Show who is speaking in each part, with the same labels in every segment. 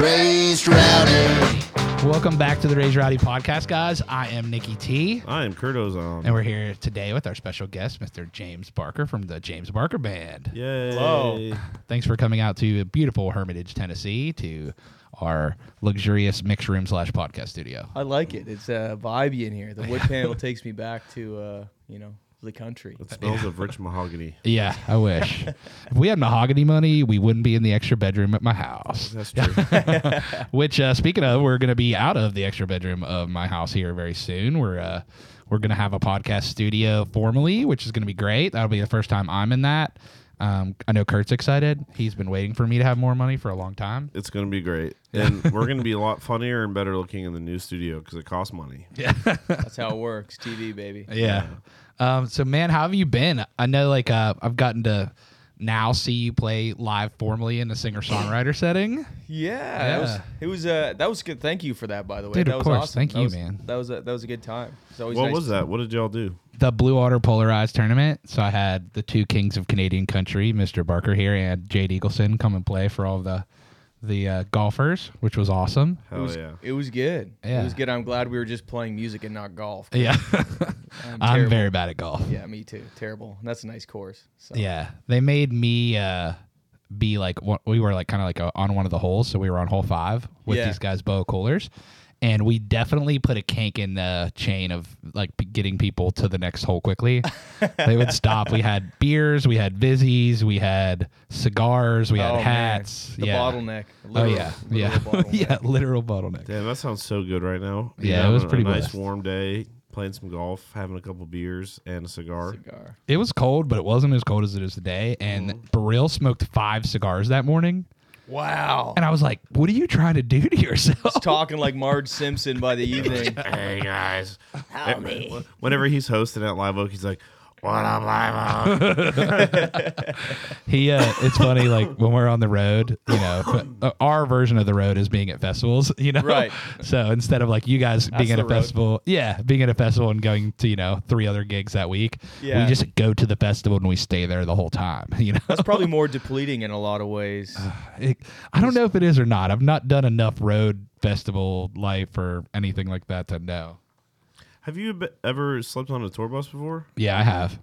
Speaker 1: raised rowdy.
Speaker 2: Welcome back to the Raise Rowdy podcast, guys. I am Nikki T,
Speaker 3: I am Kurt Ozone.
Speaker 2: and we're here today with our special guest, Mr. James Barker from the James Barker Band.
Speaker 3: Yay.
Speaker 4: Hello.
Speaker 2: Thanks for coming out to beautiful Hermitage, Tennessee, to our luxurious mixed room slash podcast studio.
Speaker 4: I like it. It's uh, vibey in here. The wood panel takes me back to uh, you know the country.
Speaker 3: It smells of rich mahogany.
Speaker 2: Yeah, I wish. if we had mahogany money, we wouldn't be in the extra bedroom at my house.
Speaker 3: That's true.
Speaker 2: Which, uh, speaking of, we're going to be out of the extra bedroom of my house here very soon. We're uh, we're going to have a podcast studio formally, which is going to be great. That'll be the first time I'm in that. Um, I know Kurt's excited. He's been waiting for me to have more money for a long time.
Speaker 3: it's going to be great. And we're going to be a lot funnier and better looking in the new studio because it costs money.
Speaker 4: That's how it works. TV baby.
Speaker 2: Yeah. Um, so man, how have you been? I know like uh, I've gotten to now see you play live formally in a singer songwriter setting.
Speaker 4: Yeah, that was
Speaker 2: Yeah.
Speaker 4: it was uh that was good. Thank you for that by the way.
Speaker 2: Dude,
Speaker 4: that
Speaker 2: of
Speaker 4: was
Speaker 2: course.
Speaker 4: awesome.
Speaker 2: Thank
Speaker 4: That
Speaker 2: you,
Speaker 4: was-
Speaker 2: man.
Speaker 4: That was a, that was a good time. It's always
Speaker 3: What
Speaker 4: nice
Speaker 3: was
Speaker 4: to-
Speaker 3: that? What did y'all do?
Speaker 2: The Blue Otter Polarized Tournament. So I had the two kings of Canadian country, Mr. Barker here and Jade Eagleson, come and play for all the the uh, golfers, which was awesome.
Speaker 4: It
Speaker 3: Hell
Speaker 4: was,
Speaker 3: Oh, yeah.
Speaker 4: it was good.
Speaker 2: Yeah.
Speaker 4: It was good. I'm glad we were just playing music and not golf.
Speaker 2: Yeah,
Speaker 4: I'm,
Speaker 2: I'm
Speaker 4: terrible.
Speaker 2: very bad at golf.
Speaker 4: yeah, me too. Terrible. And that's a nice course. So.
Speaker 2: Yeah, they made me uh, be like one- we were like kind of like uh on one of the holes, so we were on hole five with
Speaker 4: Yeah.
Speaker 2: these guys, boa coolers, and we definitely put a kink in the chain of like p- getting people to the next hole quickly. they would stop. We had beers, we had Vizzies, we had cigars, we had
Speaker 4: Oh, man.
Speaker 2: hats.
Speaker 4: The
Speaker 2: yeah.
Speaker 4: bottleneck.
Speaker 2: Oh
Speaker 4: Literal-
Speaker 2: yeah,
Speaker 4: literal
Speaker 2: yeah,
Speaker 4: bottleneck.
Speaker 2: yeah, literal bottleneck.
Speaker 3: Damn, that sounds so good right now.
Speaker 2: Yeah, it
Speaker 3: having
Speaker 2: was
Speaker 3: a
Speaker 2: pretty
Speaker 3: nice
Speaker 2: blessed.
Speaker 3: warm day, playing some golf, having a couple beers and a cigar.
Speaker 4: Cigar.
Speaker 2: It was cold, but it wasn't as cold as it is today. And
Speaker 4: Mm-hmm.
Speaker 2: Baril smoked five cigars that morning,
Speaker 4: Wow.
Speaker 2: and I was like, "What are you trying to do to yourself?"
Speaker 4: talking like Marge Simpson by the evening.
Speaker 3: Hey guys, Hey, whenever he's hosting at Live Oak, he's like, "What up, Live Oak?"
Speaker 2: He, uh, it's funny, like when we're on the road, you know, uh, our version of the road is being at festivals, you know?
Speaker 4: Right.
Speaker 2: So instead of like you guys being at
Speaker 4: the
Speaker 2: a
Speaker 4: road.
Speaker 2: festival, yeah, being at a festival and going to, you know, three other gigs that week,
Speaker 4: Yeah.
Speaker 2: we just go to the festival and we stay there the whole time, you know?
Speaker 4: That's probably more depleting in a lot of ways.
Speaker 2: Uh, It- I don't know if it is or not. I've not done enough road festival life or anything like that to know.
Speaker 3: Have you be- ever slept on a tour bus before?
Speaker 2: Yeah, I have.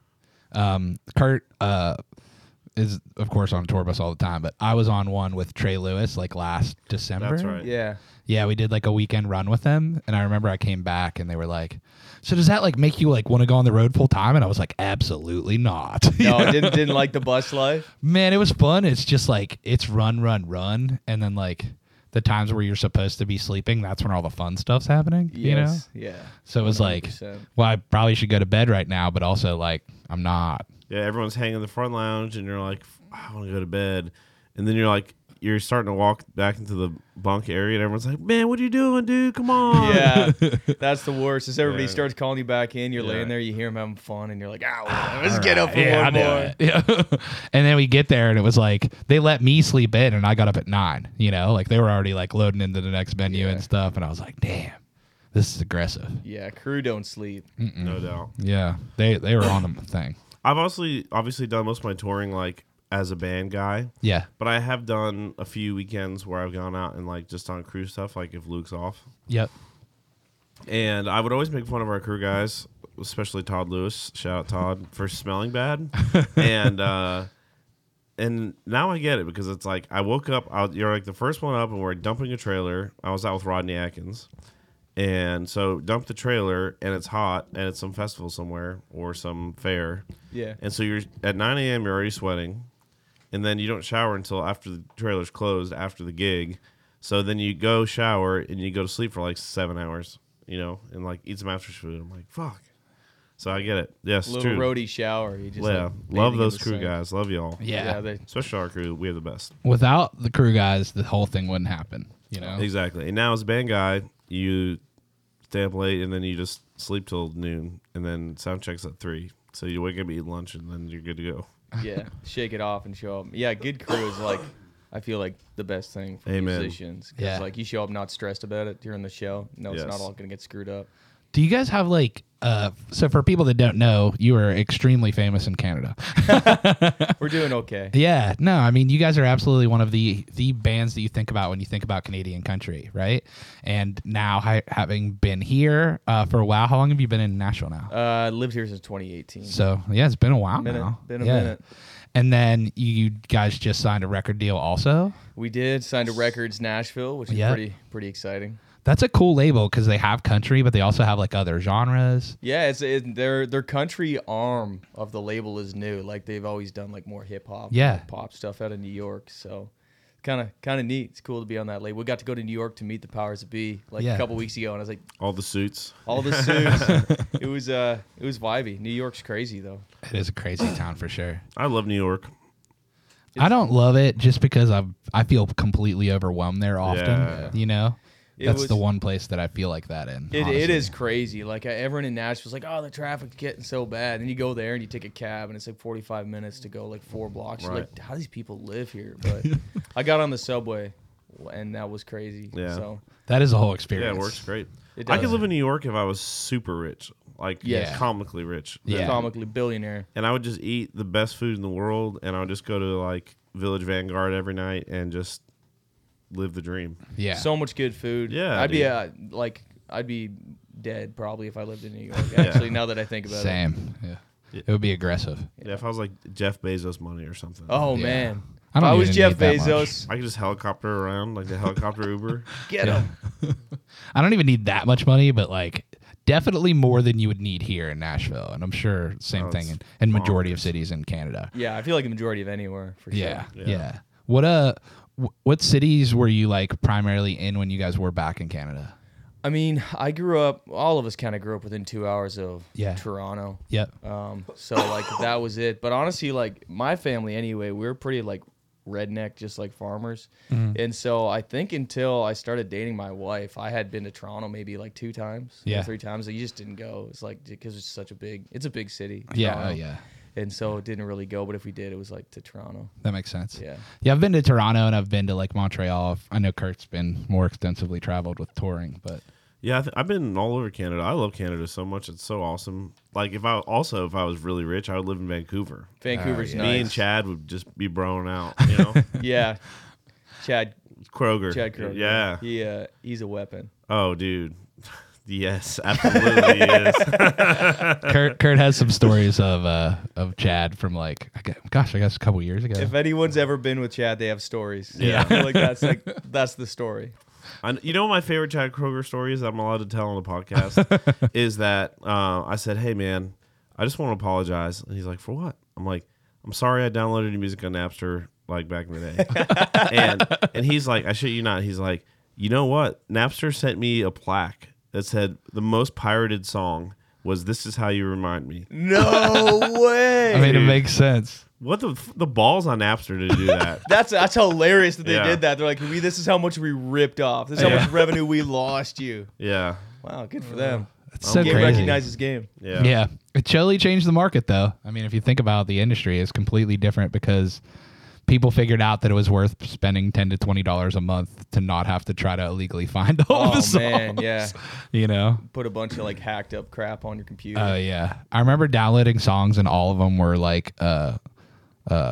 Speaker 2: Um, Kurt uh, is, of course, on tour bus all the time, but I was on one with Trey Lewis like last December.
Speaker 3: That's right.
Speaker 4: Yeah.
Speaker 2: Yeah, we did like a weekend run with them, and I remember I came back and they were like, "So does that like make you like want to go on the road full time?" And I was like, "Absolutely not."
Speaker 4: No, I didn't didn't like the bus life.
Speaker 2: Man, it was fun. It's just like it's run, run, run, and then like the times where you're supposed to be sleeping, that's when all the fun stuff's happening. You know.
Speaker 4: Yes. Yeah.
Speaker 2: So it was like,
Speaker 4: 100%.
Speaker 2: well, I probably should go to bed right now, but also like I'm not.
Speaker 3: Yeah, everyone's hanging in the front lounge, and you're like, I want to go to bed. And then you're like, you're starting to walk back into the bunk area, and everyone's like, Man, what are you doing, dude? Come on.
Speaker 4: Yeah. That's the worst. Is everybody
Speaker 3: Yeah.
Speaker 4: starts calling you back in, you're
Speaker 3: Yeah.
Speaker 4: laying there, you hear them having fun, and you're like, ah, whatever, let's get up for one
Speaker 2: I
Speaker 4: more.
Speaker 2: know it. Yeah. and then we get there and it was like they let me sleep in and I got up at nine, you know, like they were already like loading into the next venue and stuff. And I was like, damn, this is aggressive.
Speaker 4: Yeah, crew don't sleep.
Speaker 3: No doubt.
Speaker 2: Yeah. They they were on the thing.
Speaker 3: I've obviously, obviously done most of my touring like as a band guy,
Speaker 2: Yeah.
Speaker 3: but I have done a few weekends where I've gone out and like just on crew stuff, like if Luke's off.
Speaker 2: Yep.
Speaker 3: And I would always make fun of our crew guys, especially Todd Lewis. Shout out Todd for smelling bad. and uh, and now I get it because it's like I woke up. I, you're like the first one up, and we're dumping a trailer. I was out with Rodney Atkins, and so dump the trailer, and it's hot, and it's some festival somewhere or some fair,
Speaker 4: Yeah.
Speaker 3: and so you're at 9 a.m. You're already sweating, and then you don't shower until after the trailer's closed after the gig. So then you go shower and you go to sleep for like seven hours, you know, and like eat some after food. I'm like, fuck. So I get it. Yes,
Speaker 4: Little
Speaker 3: true.
Speaker 4: roadie shower. You just
Speaker 3: yeah,
Speaker 4: like, bathing
Speaker 3: love
Speaker 4: in
Speaker 3: those
Speaker 4: the
Speaker 3: crew
Speaker 4: sun.
Speaker 3: guys. Love y'all.
Speaker 2: Yeah.
Speaker 4: Yeah, they,
Speaker 3: especially our crew. We have the best.
Speaker 2: Without the crew guys, the whole thing wouldn't happen, you know?
Speaker 3: Exactly. And now as a band guy, you stay up late and then you just sleep till noon, and then sound checks at three. So you wake up, eat lunch, and then you're good to go.
Speaker 4: yeah, shake it off and show up. Yeah, good crew is like, I feel like the best thing for
Speaker 3: Amen.
Speaker 4: musicians. 'cause,
Speaker 2: Yeah.
Speaker 4: like you show up not stressed about it during the show. No,
Speaker 3: Yes.
Speaker 4: it's not all gonna get screwed up.
Speaker 2: Do you guys have like uh so for people that don't know, you are extremely famous in Canada.
Speaker 4: We're doing okay.
Speaker 2: yeah, no, I mean you guys are absolutely one of the the bands that you think about when you think about Canadian country, right? And now hi, having been here uh, for a while, how long have you been in Nashville now?
Speaker 4: Uh, lived here since 2018.
Speaker 2: So yeah, it's been a while
Speaker 4: Minute.
Speaker 2: now.
Speaker 4: Been a
Speaker 2: Yeah.
Speaker 4: minute.
Speaker 2: And then you you guys just signed a record deal, also.
Speaker 4: We did sign to Records Nashville, which is
Speaker 2: Yeah.
Speaker 4: pretty pretty exciting.
Speaker 2: That's a cool label because they have country, but they also have like other genres.
Speaker 4: Yeah, it's it, their their country arm of the label is new. Like they've always done like more hip hop,
Speaker 2: Yeah.
Speaker 4: pop stuff out of New York. So kind of kind of neat. It's cool to be on that label. We got to go to New York to meet the powers that be like
Speaker 2: Yeah.
Speaker 4: a couple weeks ago, and I was like,
Speaker 3: All the suits.
Speaker 4: all the suits. it was uh, it was vibey. New York's crazy though.
Speaker 2: It is a crazy town for sure.
Speaker 3: I love New York.
Speaker 2: I don't love it just because I I feel completely overwhelmed there often.
Speaker 3: Yeah.
Speaker 2: You know,
Speaker 4: It
Speaker 2: that's
Speaker 4: was-
Speaker 2: the one place that I feel like that in.
Speaker 4: It,
Speaker 2: honestly.
Speaker 4: it is crazy. Like I, everyone in Nashville's like, oh, the traffic's getting so bad. And you go there and you take a cab, and it's like 45 minutes to go like four blocks. You're
Speaker 3: Right.
Speaker 4: like, how do these people live here? But I got on the subway, and that was crazy.
Speaker 3: Yeah.
Speaker 4: So
Speaker 2: That is a whole
Speaker 3: Yeah,
Speaker 2: experience.
Speaker 3: it works great.
Speaker 4: It
Speaker 3: I could
Speaker 4: does.
Speaker 3: live in New York if I was super rich, like
Speaker 2: Yeah.
Speaker 3: comically rich.
Speaker 2: Yeah.
Speaker 4: comically billionaire.
Speaker 3: And I would just eat the best food in the world, and I would just go to like Village Vanguard every night and just live the dream.
Speaker 2: Yeah.
Speaker 4: So much good food.
Speaker 3: Yeah,
Speaker 4: I'd be
Speaker 3: dude.
Speaker 4: uh, like, I'd be dead probably if I lived in New York. Actually, now that I think about it.
Speaker 2: same. Yeah. It would be aggressive.
Speaker 3: Yeah, if I was like Jeff Bezos money or something.
Speaker 4: Oh
Speaker 2: Yeah.
Speaker 4: man.
Speaker 2: I
Speaker 4: If
Speaker 2: don't
Speaker 4: I was
Speaker 2: even
Speaker 4: Jeff
Speaker 2: need that much.
Speaker 4: Bezos,
Speaker 3: I could just helicopter around like the helicopter Uber.
Speaker 4: get him.
Speaker 2: I don't even need that much money, but like definitely more than you would need here in Nashville, and I'm sure same
Speaker 3: Oh,
Speaker 2: thing in,
Speaker 3: it's
Speaker 2: in majority of cities in Canada.
Speaker 4: Yeah, I feel like the majority of anywhere for sure.
Speaker 2: Yeah, yeah. What uh, wh- what cities were you like primarily in when you guys were back in Canada?
Speaker 4: I mean, I grew up. All of us kind of grew up within two hours of
Speaker 2: Yeah.
Speaker 4: Toronto.
Speaker 2: Yep.
Speaker 4: Um, so like that was it. But honestly, like my family anyway, we were pretty like redneck, just like farmers.
Speaker 2: Mm-hmm.
Speaker 4: And so I think until I started dating my wife, I had been to Toronto maybe like two times, or
Speaker 2: Yeah.
Speaker 4: three times. You just didn't go. It's like because it's such a big, it's a big city.
Speaker 2: Yeah,
Speaker 4: Toronto.
Speaker 2: oh, yeah.
Speaker 4: And so it didn't really go. But if we did, it was like to Toronto.
Speaker 2: That makes sense.
Speaker 4: Yeah.
Speaker 2: Yeah, I've been to Toronto and I've been to like Montreal. I know Kurt's been more extensively traveled with touring, but
Speaker 3: yeah, I th- I've been all over Canada. I love Canada so much. It's so awesome. Like if I also if I was really rich, I would live in Vancouver.
Speaker 4: Vancouver's
Speaker 2: Uh, yeah.
Speaker 3: Me
Speaker 4: nice.
Speaker 3: and Chad would just be broing out, you know.
Speaker 4: Yeah. Chad,
Speaker 3: Kroger.
Speaker 4: Chad Kroger.
Speaker 3: Yeah.
Speaker 4: He, uh, he's a weapon.
Speaker 3: Oh, dude. Yes, absolutely yes.
Speaker 2: Kurt Kurt has some stories of uh of Chad from like I guess, gosh, I guess a couple years ago.
Speaker 4: If anyone's ever been with Chad, they have stories.
Speaker 3: Yeah.
Speaker 4: I feel like that's like that's the story.
Speaker 3: I, you know what my favorite Chad Kroger story is that I'm allowed to tell on the podcast is that uh, I said, "Hey man, I just want to apologize," and he's like, "For what?" I'm like, "I'm sorry, I downloaded your music on Napster like back in the day," and and he's like, "I shit you not," he's like, "You know what? Napster sent me a plaque that said the most pirated song was This Is How You Remind Me."
Speaker 4: No way.
Speaker 2: I mean, it makes sense.
Speaker 3: What the f- the balls on Napster to do that?
Speaker 4: that's that's hilarious that they
Speaker 3: Yeah.
Speaker 4: did that. They're like, we this is how much we ripped off. This is how
Speaker 3: Yeah.
Speaker 4: much revenue we lost you.
Speaker 3: yeah,
Speaker 4: Wow, good for them.
Speaker 2: It's so
Speaker 4: game
Speaker 2: crazy.
Speaker 4: recognizes game.
Speaker 3: yeah,
Speaker 2: Yeah. It totally changed the market though. I mean, if you think about it, the industry is completely different because people figured out that it was worth spending 10 to 20 dollars a month to not have to try to illegally find all the
Speaker 4: Oh
Speaker 2: songs.
Speaker 4: man, yeah.
Speaker 2: You know.
Speaker 4: Put a bunch of like hacked up crap on your computer.
Speaker 2: Oh yeah, I remember downloading songs and all of them were like, uh, uh,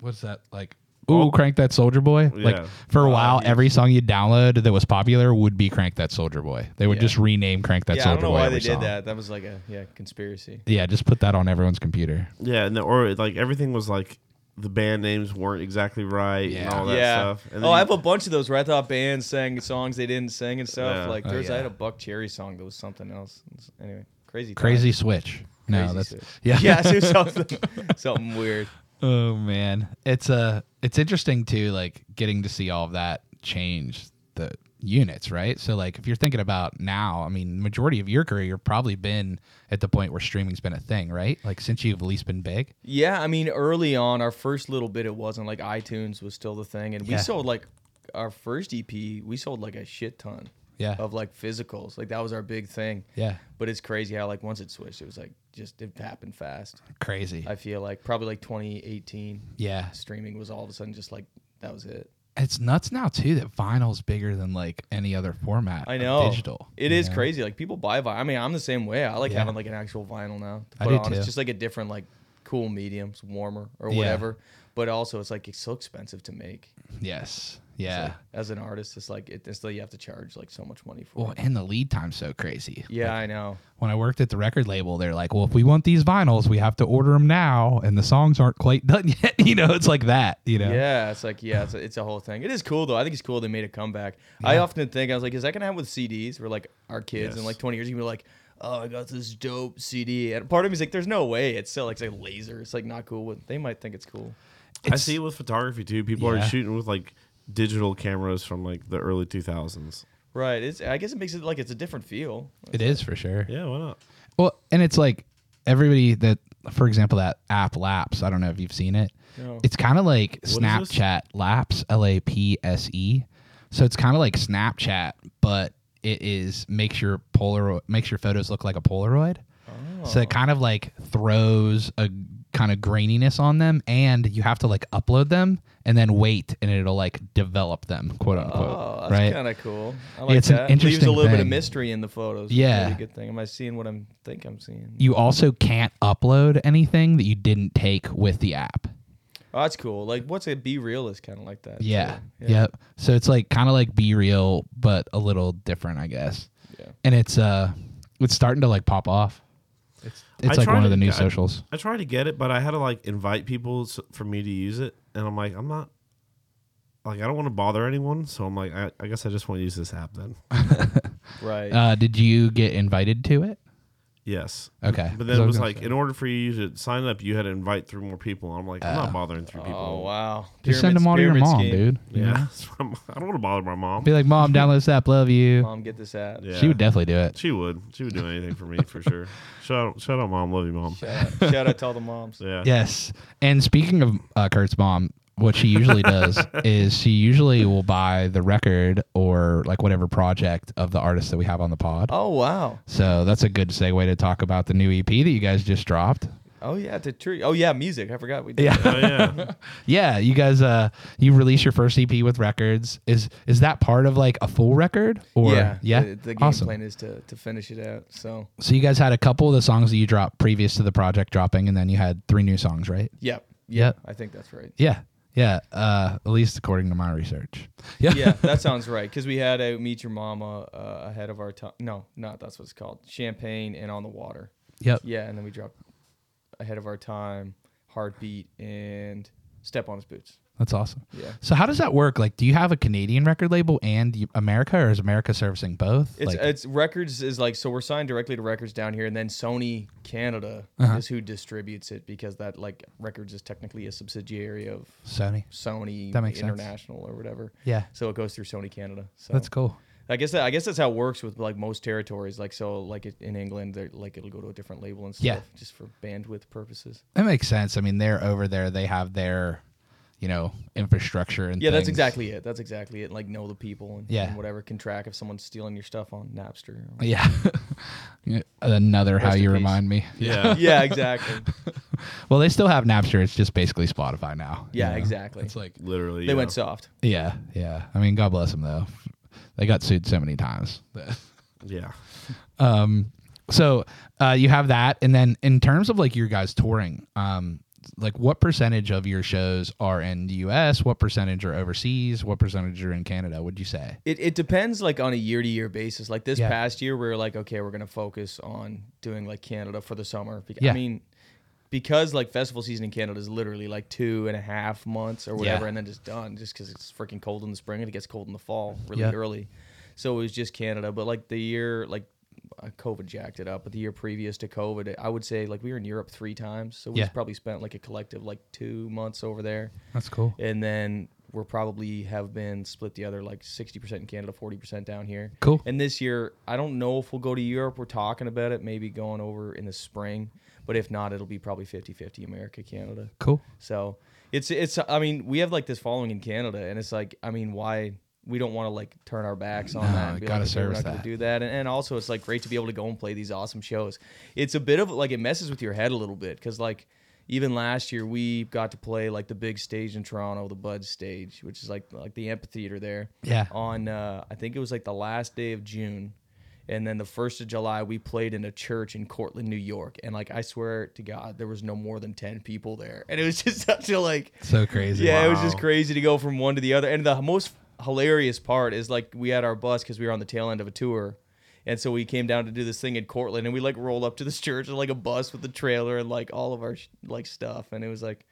Speaker 2: what's that like? Ooh, crank that soldier boy!
Speaker 3: Yeah.
Speaker 2: Like for
Speaker 4: Uh,
Speaker 2: a while, every song you download that was popular would be crank that soldier boy. They would
Speaker 4: Yeah.
Speaker 2: just rename crank that
Speaker 4: yeah, I
Speaker 2: soldier
Speaker 4: don't know
Speaker 2: boy.
Speaker 4: why they
Speaker 2: every
Speaker 4: did
Speaker 2: song.
Speaker 4: that. That was like a yeah conspiracy.
Speaker 2: Yeah, just put that on everyone's computer.
Speaker 3: Yeah, and the, or like everything was like the band names weren't exactly right and
Speaker 2: Yeah.
Speaker 3: all that
Speaker 4: yeah.
Speaker 3: stuff. And
Speaker 4: Oh, I have
Speaker 3: you-
Speaker 4: a bunch of those where I thought bands sang songs they didn't sing and stuff.
Speaker 3: Yeah.
Speaker 4: Like
Speaker 2: Oh,
Speaker 4: there's, I
Speaker 2: yeah.
Speaker 4: had a Buck Cherry song that was something else. It's- Anyway, crazy. time.
Speaker 2: Crazy switch. No,
Speaker 4: Crazy
Speaker 2: that's
Speaker 4: switch.
Speaker 2: yeah.
Speaker 4: Yeah, so something, something weird.
Speaker 2: Oh man, it's uh it's interesting too, like getting to see all of that change the units, right? So like if you're thinking about now, I mean, majority of your career you've probably been at the point where streaming's been a thing, right? Like since you've at least been big.
Speaker 4: Yeah, I mean, early on, our first little bit, it wasn't like iTunes was still the thing, and we
Speaker 2: Yeah.
Speaker 4: sold like our first EP, we sold like a shit ton.
Speaker 2: Yeah.
Speaker 4: Of like physicals, like that was our big thing.
Speaker 2: Yeah.
Speaker 4: But it's crazy how like once it switched, it was like just it happened fast.
Speaker 2: Crazy.
Speaker 4: I feel like probably like 2018,
Speaker 2: yeah.
Speaker 4: streaming was all of a sudden just like that was it.
Speaker 2: it's nuts now too that vinyl's bigger than like any other format.
Speaker 4: I
Speaker 2: of
Speaker 4: know.
Speaker 2: digital.
Speaker 4: It
Speaker 2: you
Speaker 4: is
Speaker 2: know?
Speaker 4: crazy. Like people buy vinyl. I mean, I'm the same way. I like
Speaker 2: Yeah.
Speaker 4: having like an actual vinyl now. To
Speaker 2: I
Speaker 4: put
Speaker 2: do
Speaker 4: on.
Speaker 2: too.
Speaker 4: It's just like a different like cool medium. It's warmer or
Speaker 2: Yeah.
Speaker 4: whatever. But also, it's like it's so expensive to make.
Speaker 2: Yes.
Speaker 4: It's
Speaker 2: Yeah.
Speaker 4: like, as an artist, it's like it, it's like you have to charge like so much money for.
Speaker 2: well,
Speaker 4: it.
Speaker 2: and the lead time's so crazy.
Speaker 4: Yeah, I know.
Speaker 2: when I worked at the record label, they're like, "Well, if we want these vinyls, we have to order them now, and the songs aren't quite done yet." you know, it's like that. You know,
Speaker 4: Yeah. it's like yeah, it's a, it's a whole thing. It is cool though. I think it's cool they made a comeback. I
Speaker 2: Yeah.
Speaker 4: often think I was like, is that gonna happen with CDs? Where like our kids in
Speaker 3: Yes.
Speaker 4: like 20 years, you be like, oh, I got this dope CD, and part of me's like, there's no way. It's still like, it's like laser. It's like not cool. But they might think it's cool.
Speaker 3: I see it with photography too. People
Speaker 2: Yeah.
Speaker 3: are shooting with like digital cameras from like the early 2000s.
Speaker 4: Right. It's I guess it makes it like it's a different feel.
Speaker 2: it is for sure.
Speaker 3: Yeah, why not?
Speaker 2: Well, and it's like everybody that, for example, that app Laps. I don't know if you've seen it.
Speaker 4: No.
Speaker 2: It's kind of like
Speaker 3: this?
Speaker 2: Snapchat Laps, L A P S E. So it's kind of like Snapchat, but it is makes your Polaroid makes your photos look like a Polaroid. So
Speaker 4: Oh.
Speaker 2: it kind of like throws a kind of graininess on them, and you have to like upload them and then wait, and it'll like develop them, quote unquote.
Speaker 4: Oh, that's
Speaker 2: right?
Speaker 4: kind of cool. I like
Speaker 2: It's an
Speaker 4: that. Leaves
Speaker 2: interesting
Speaker 4: a little bit of
Speaker 2: thing.
Speaker 4: mystery in the photos.
Speaker 2: Yeah.
Speaker 4: really good thing. Am I seeing what I'm think I'm seeing?
Speaker 2: you also can't upload anything that you didn't take with the app.
Speaker 4: Oh, that's cool. Like what's a be real is kind of like that.
Speaker 2: Yeah.
Speaker 4: too.
Speaker 2: Yep. So it's like kind of like Be Real, but a little different, I guess.
Speaker 4: Yeah.
Speaker 2: And it's uh, it's starting to like pop off. It's it's
Speaker 3: I
Speaker 2: like
Speaker 3: tried
Speaker 2: one of
Speaker 3: to-
Speaker 2: the new
Speaker 3: I-
Speaker 2: socials.
Speaker 3: I tried to get it, but I had to like invite people s- for me to use it, and I'm like, I'm not. Like I don't want to bother anyone, so I'm like, I, I guess I just want to use this app then.
Speaker 4: Right.
Speaker 2: Uh, did you get invited to it?
Speaker 3: Yes,
Speaker 2: Okay.
Speaker 3: but
Speaker 2: That's
Speaker 3: then
Speaker 2: what I
Speaker 3: it was
Speaker 2: gonna
Speaker 3: like,
Speaker 2: say.
Speaker 3: in order for you to sign up, you had to invite three more people. I'm like, I'm not bothering three people.
Speaker 4: oh wow.
Speaker 2: just send them all to your
Speaker 4: pyramid
Speaker 2: mom,
Speaker 4: scheme.
Speaker 2: dude. You know?
Speaker 3: Yeah, I don't want to bother my mom.
Speaker 2: Be like, mom, download this app. Love you.
Speaker 4: Mom, get this app.
Speaker 3: Yeah.
Speaker 2: She would definitely do it.
Speaker 3: She would. She would do anything for me for sure. Shout out, shout out, mom. Love you, mom.
Speaker 4: Shout out- Shout out to all the moms.
Speaker 3: Yeah.
Speaker 2: Yes. And speaking of uh, Kurt's mom, what she usually does is she usually will buy the record or like whatever project of the artist that we have on the pod.
Speaker 4: Oh wow.
Speaker 2: So that's a good segue to talk about the new EP that you guys just dropped.
Speaker 4: Oh yeah. To tree. Oh yeah. Music. I forgot we did.
Speaker 2: Yeah.
Speaker 4: that.
Speaker 3: Oh yeah.
Speaker 2: Yeah, you guys, uh, you release your first EP with records. Is is that part of like a full record? Or
Speaker 4: yeah.
Speaker 2: yeah,
Speaker 4: The, the game plan is to to finish it out. So
Speaker 2: So you guys had a couple of the songs that you dropped previous to the project dropping, and then you had three new songs, right?
Speaker 4: yep.
Speaker 2: Yep.
Speaker 4: I think that's right.
Speaker 2: Yeah, yeah. Uh, at least according to my research. Yeah,
Speaker 4: yeah, that sounds right. Because we had a Meet Your Mama uh, ahead of our time. No, not that's what it's called. Champagne and on the water.
Speaker 2: yep.
Speaker 4: Yeah, and then we dropped ahead of our time, heartbeat, and step on his boots.
Speaker 2: That's awesome.
Speaker 4: Yeah.
Speaker 2: So how does that work? Like, do you have a Canadian record label and you- America, or is America servicing both?
Speaker 4: It's
Speaker 2: like,
Speaker 4: it's records is like so we're signed directly to records down here, and then Sony Canada
Speaker 2: Uh-huh.
Speaker 4: is who distributes it because that like records is technically a subsidiary of
Speaker 2: Sony.
Speaker 4: Sony
Speaker 2: That makes sense.
Speaker 4: International or whatever.
Speaker 2: Yeah.
Speaker 4: So it goes through Sony Canada. So
Speaker 2: That's cool.
Speaker 4: I guess that, I guess that's how it works with like most territories. Like so, like it, in England, they're, like it'll go to a different label and stuff,
Speaker 2: Yeah.
Speaker 4: just for bandwidth purposes.
Speaker 2: That makes sense. I mean, they're over there. They have their, you know, infrastructure and
Speaker 4: Yeah, that's
Speaker 2: things.
Speaker 4: exactly it. That's exactly it. Like know the people and,
Speaker 2: Yeah.
Speaker 4: and whatever can track if someone's stealing your stuff on Napster.
Speaker 2: Yeah. Another how
Speaker 4: Rest in
Speaker 2: you
Speaker 4: peace.
Speaker 2: remind me.
Speaker 3: Yeah.
Speaker 4: yeah, exactly.
Speaker 2: Well, they still have Napster. It's just basically Spotify now. you
Speaker 4: Yeah,
Speaker 2: know?
Speaker 4: exactly.
Speaker 2: It's like
Speaker 3: Literally.
Speaker 4: They
Speaker 3: yeah.
Speaker 4: went soft.
Speaker 2: yeah, yeah. I mean, God bless them though. They got sued so many times.
Speaker 3: Yeah.
Speaker 2: um, so uh, you have that, and then in terms of like your guys touring, um, like what percentage of your shows are in the U.S., what percentage are overseas, what percentage are in Canada? Would you say?
Speaker 4: It, it depends like on a year to year basis. Like this
Speaker 2: Yeah.
Speaker 4: past year, we were like, okay, we're gonna focus on doing like Canada for the summer. Because,
Speaker 2: Yeah.
Speaker 4: I mean, because like festival season in Canada is literally like two and a half months or whatever,
Speaker 2: Yeah.
Speaker 4: and then it's done just because it's freaking cold in the spring and it gets cold in the fall really
Speaker 2: Yeah.
Speaker 4: early. So it was just Canada, but like the year like uh, COVID jacked it up, but the year previous to COVID, I would say like we were in Europe three times, so we
Speaker 2: Yeah.
Speaker 4: probably spent like a collective like two months over there
Speaker 2: That's cool.
Speaker 4: and then we're probably have been split the other like 60% in Canada, 40% down here.
Speaker 2: Cool.
Speaker 4: And this year, I don't know if we'll go to Europe. We're talking about it, maybe going over in the spring. But if not, it'll be probably 50 50 America, Canada.
Speaker 2: Cool.
Speaker 4: So it's, it's, I mean, we have like this following in Canada, and it's like, I mean, why? We don't want to like turn our backs on
Speaker 2: No,
Speaker 4: that. and be
Speaker 2: gotta
Speaker 4: like, "Okay, we're
Speaker 2: service
Speaker 4: not gonna
Speaker 2: that."
Speaker 4: Do that, and, and also it's like great to be able to go and play these awesome shows. It's a bit of like it messes with your head a little bit because like even last year we got to play like the big stage in Toronto, the Bud stage, which is like like the amphitheater there.
Speaker 2: Yeah.
Speaker 4: On uh, I think it was like the last day of June. And then the first of July, we played in a church in Cortland, New York, and like I swear to God, there was no more than ten people there, and it was just such a like
Speaker 2: So crazy.
Speaker 4: yeah, it was just crazy to go from one to the other. And the most hilarious part is like we had our bus because we were on the tail end of a tour. And so we came down to do this thing in Cortland and we like rolled up to this church in like a bus with the trailer and like all of our sh- like stuff. And it was like,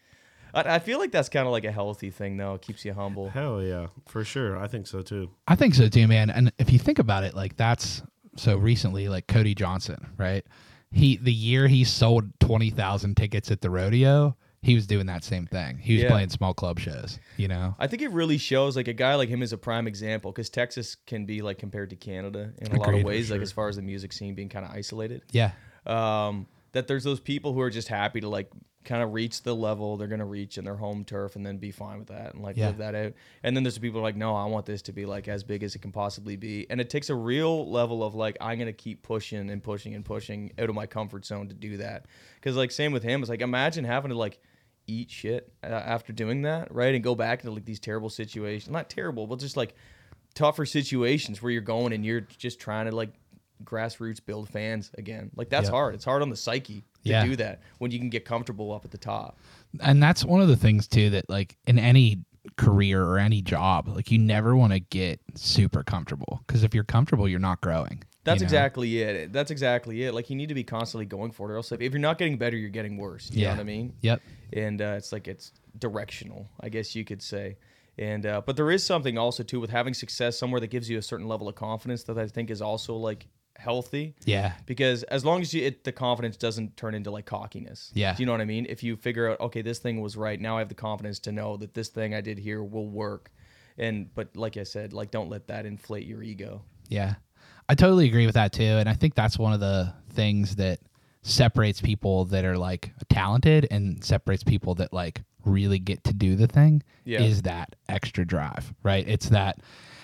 Speaker 4: I, I feel like that's kind of like a healthy thing though. It keeps you humble.
Speaker 3: Hell yeah, for sure. I think so too.
Speaker 2: I think so too, man. And if you think about it, like that's so recently, like Cody Johnson, right? He the year he sold twenty thousand tickets at the rodeo, he was doing that same thing. He was
Speaker 4: Yeah.
Speaker 2: playing small club shows, you know.
Speaker 4: I think it really shows like a guy like him is a prime example because Texas can be like compared to Canada in a lot
Speaker 2: Agreed,
Speaker 4: of
Speaker 2: for
Speaker 4: ways, like
Speaker 2: sure.
Speaker 4: as far as the music scene being kind of isolated.
Speaker 2: Yeah,
Speaker 4: um, that there's those people who are just happy to like kind of reach the level they're gonna reach in their home turf and then be fine with that and like
Speaker 2: Yeah.
Speaker 4: live that out. And then there's the people who are like, no, I want this to be like as big as it can possibly be. And it takes a real level of like I'm gonna keep pushing and pushing and pushing out of my comfort zone to do that. Because like same with him, it's like imagine having to like eat shit uh, after doing that, right? And go back into like these terrible situations. Not terrible, but just like tougher situations where you're going and you're just trying to like grassroots build fans again. Like that's
Speaker 2: Yep.
Speaker 4: hard. It's hard on the psyche to
Speaker 2: Yeah.
Speaker 4: do that when you can get comfortable up at the top.
Speaker 2: and that's one of the things too that like in any career or any job, like you never want to get super comfortable because if you're comfortable, you're not growing.
Speaker 4: That's
Speaker 2: you know?
Speaker 4: exactly it. That's exactly it. Like you need to be constantly going for it. Or else if, if you're not getting better, you're getting worse. You
Speaker 2: Yeah.
Speaker 4: know what I mean?
Speaker 2: Yep.
Speaker 4: and uh, it's like it's directional, I guess you could say. And uh, but there is something also too with having success somewhere that gives you a certain level of confidence that I think is also like healthy.
Speaker 2: Yeah.
Speaker 4: Because as long as you it, the confidence doesn't turn into like cockiness.
Speaker 2: Yeah.
Speaker 4: Do you know what I mean? If you figure out okay, this thing was right. Now I have the confidence to know that this thing I did here will work. And but like I said, like don't let that inflate your ego.
Speaker 2: Yeah. I totally agree with that too. And I think that's one of the things that separates people that are like talented and separates people that like really get to do the thing
Speaker 4: Yeah.
Speaker 2: is that extra drive, right? It's that,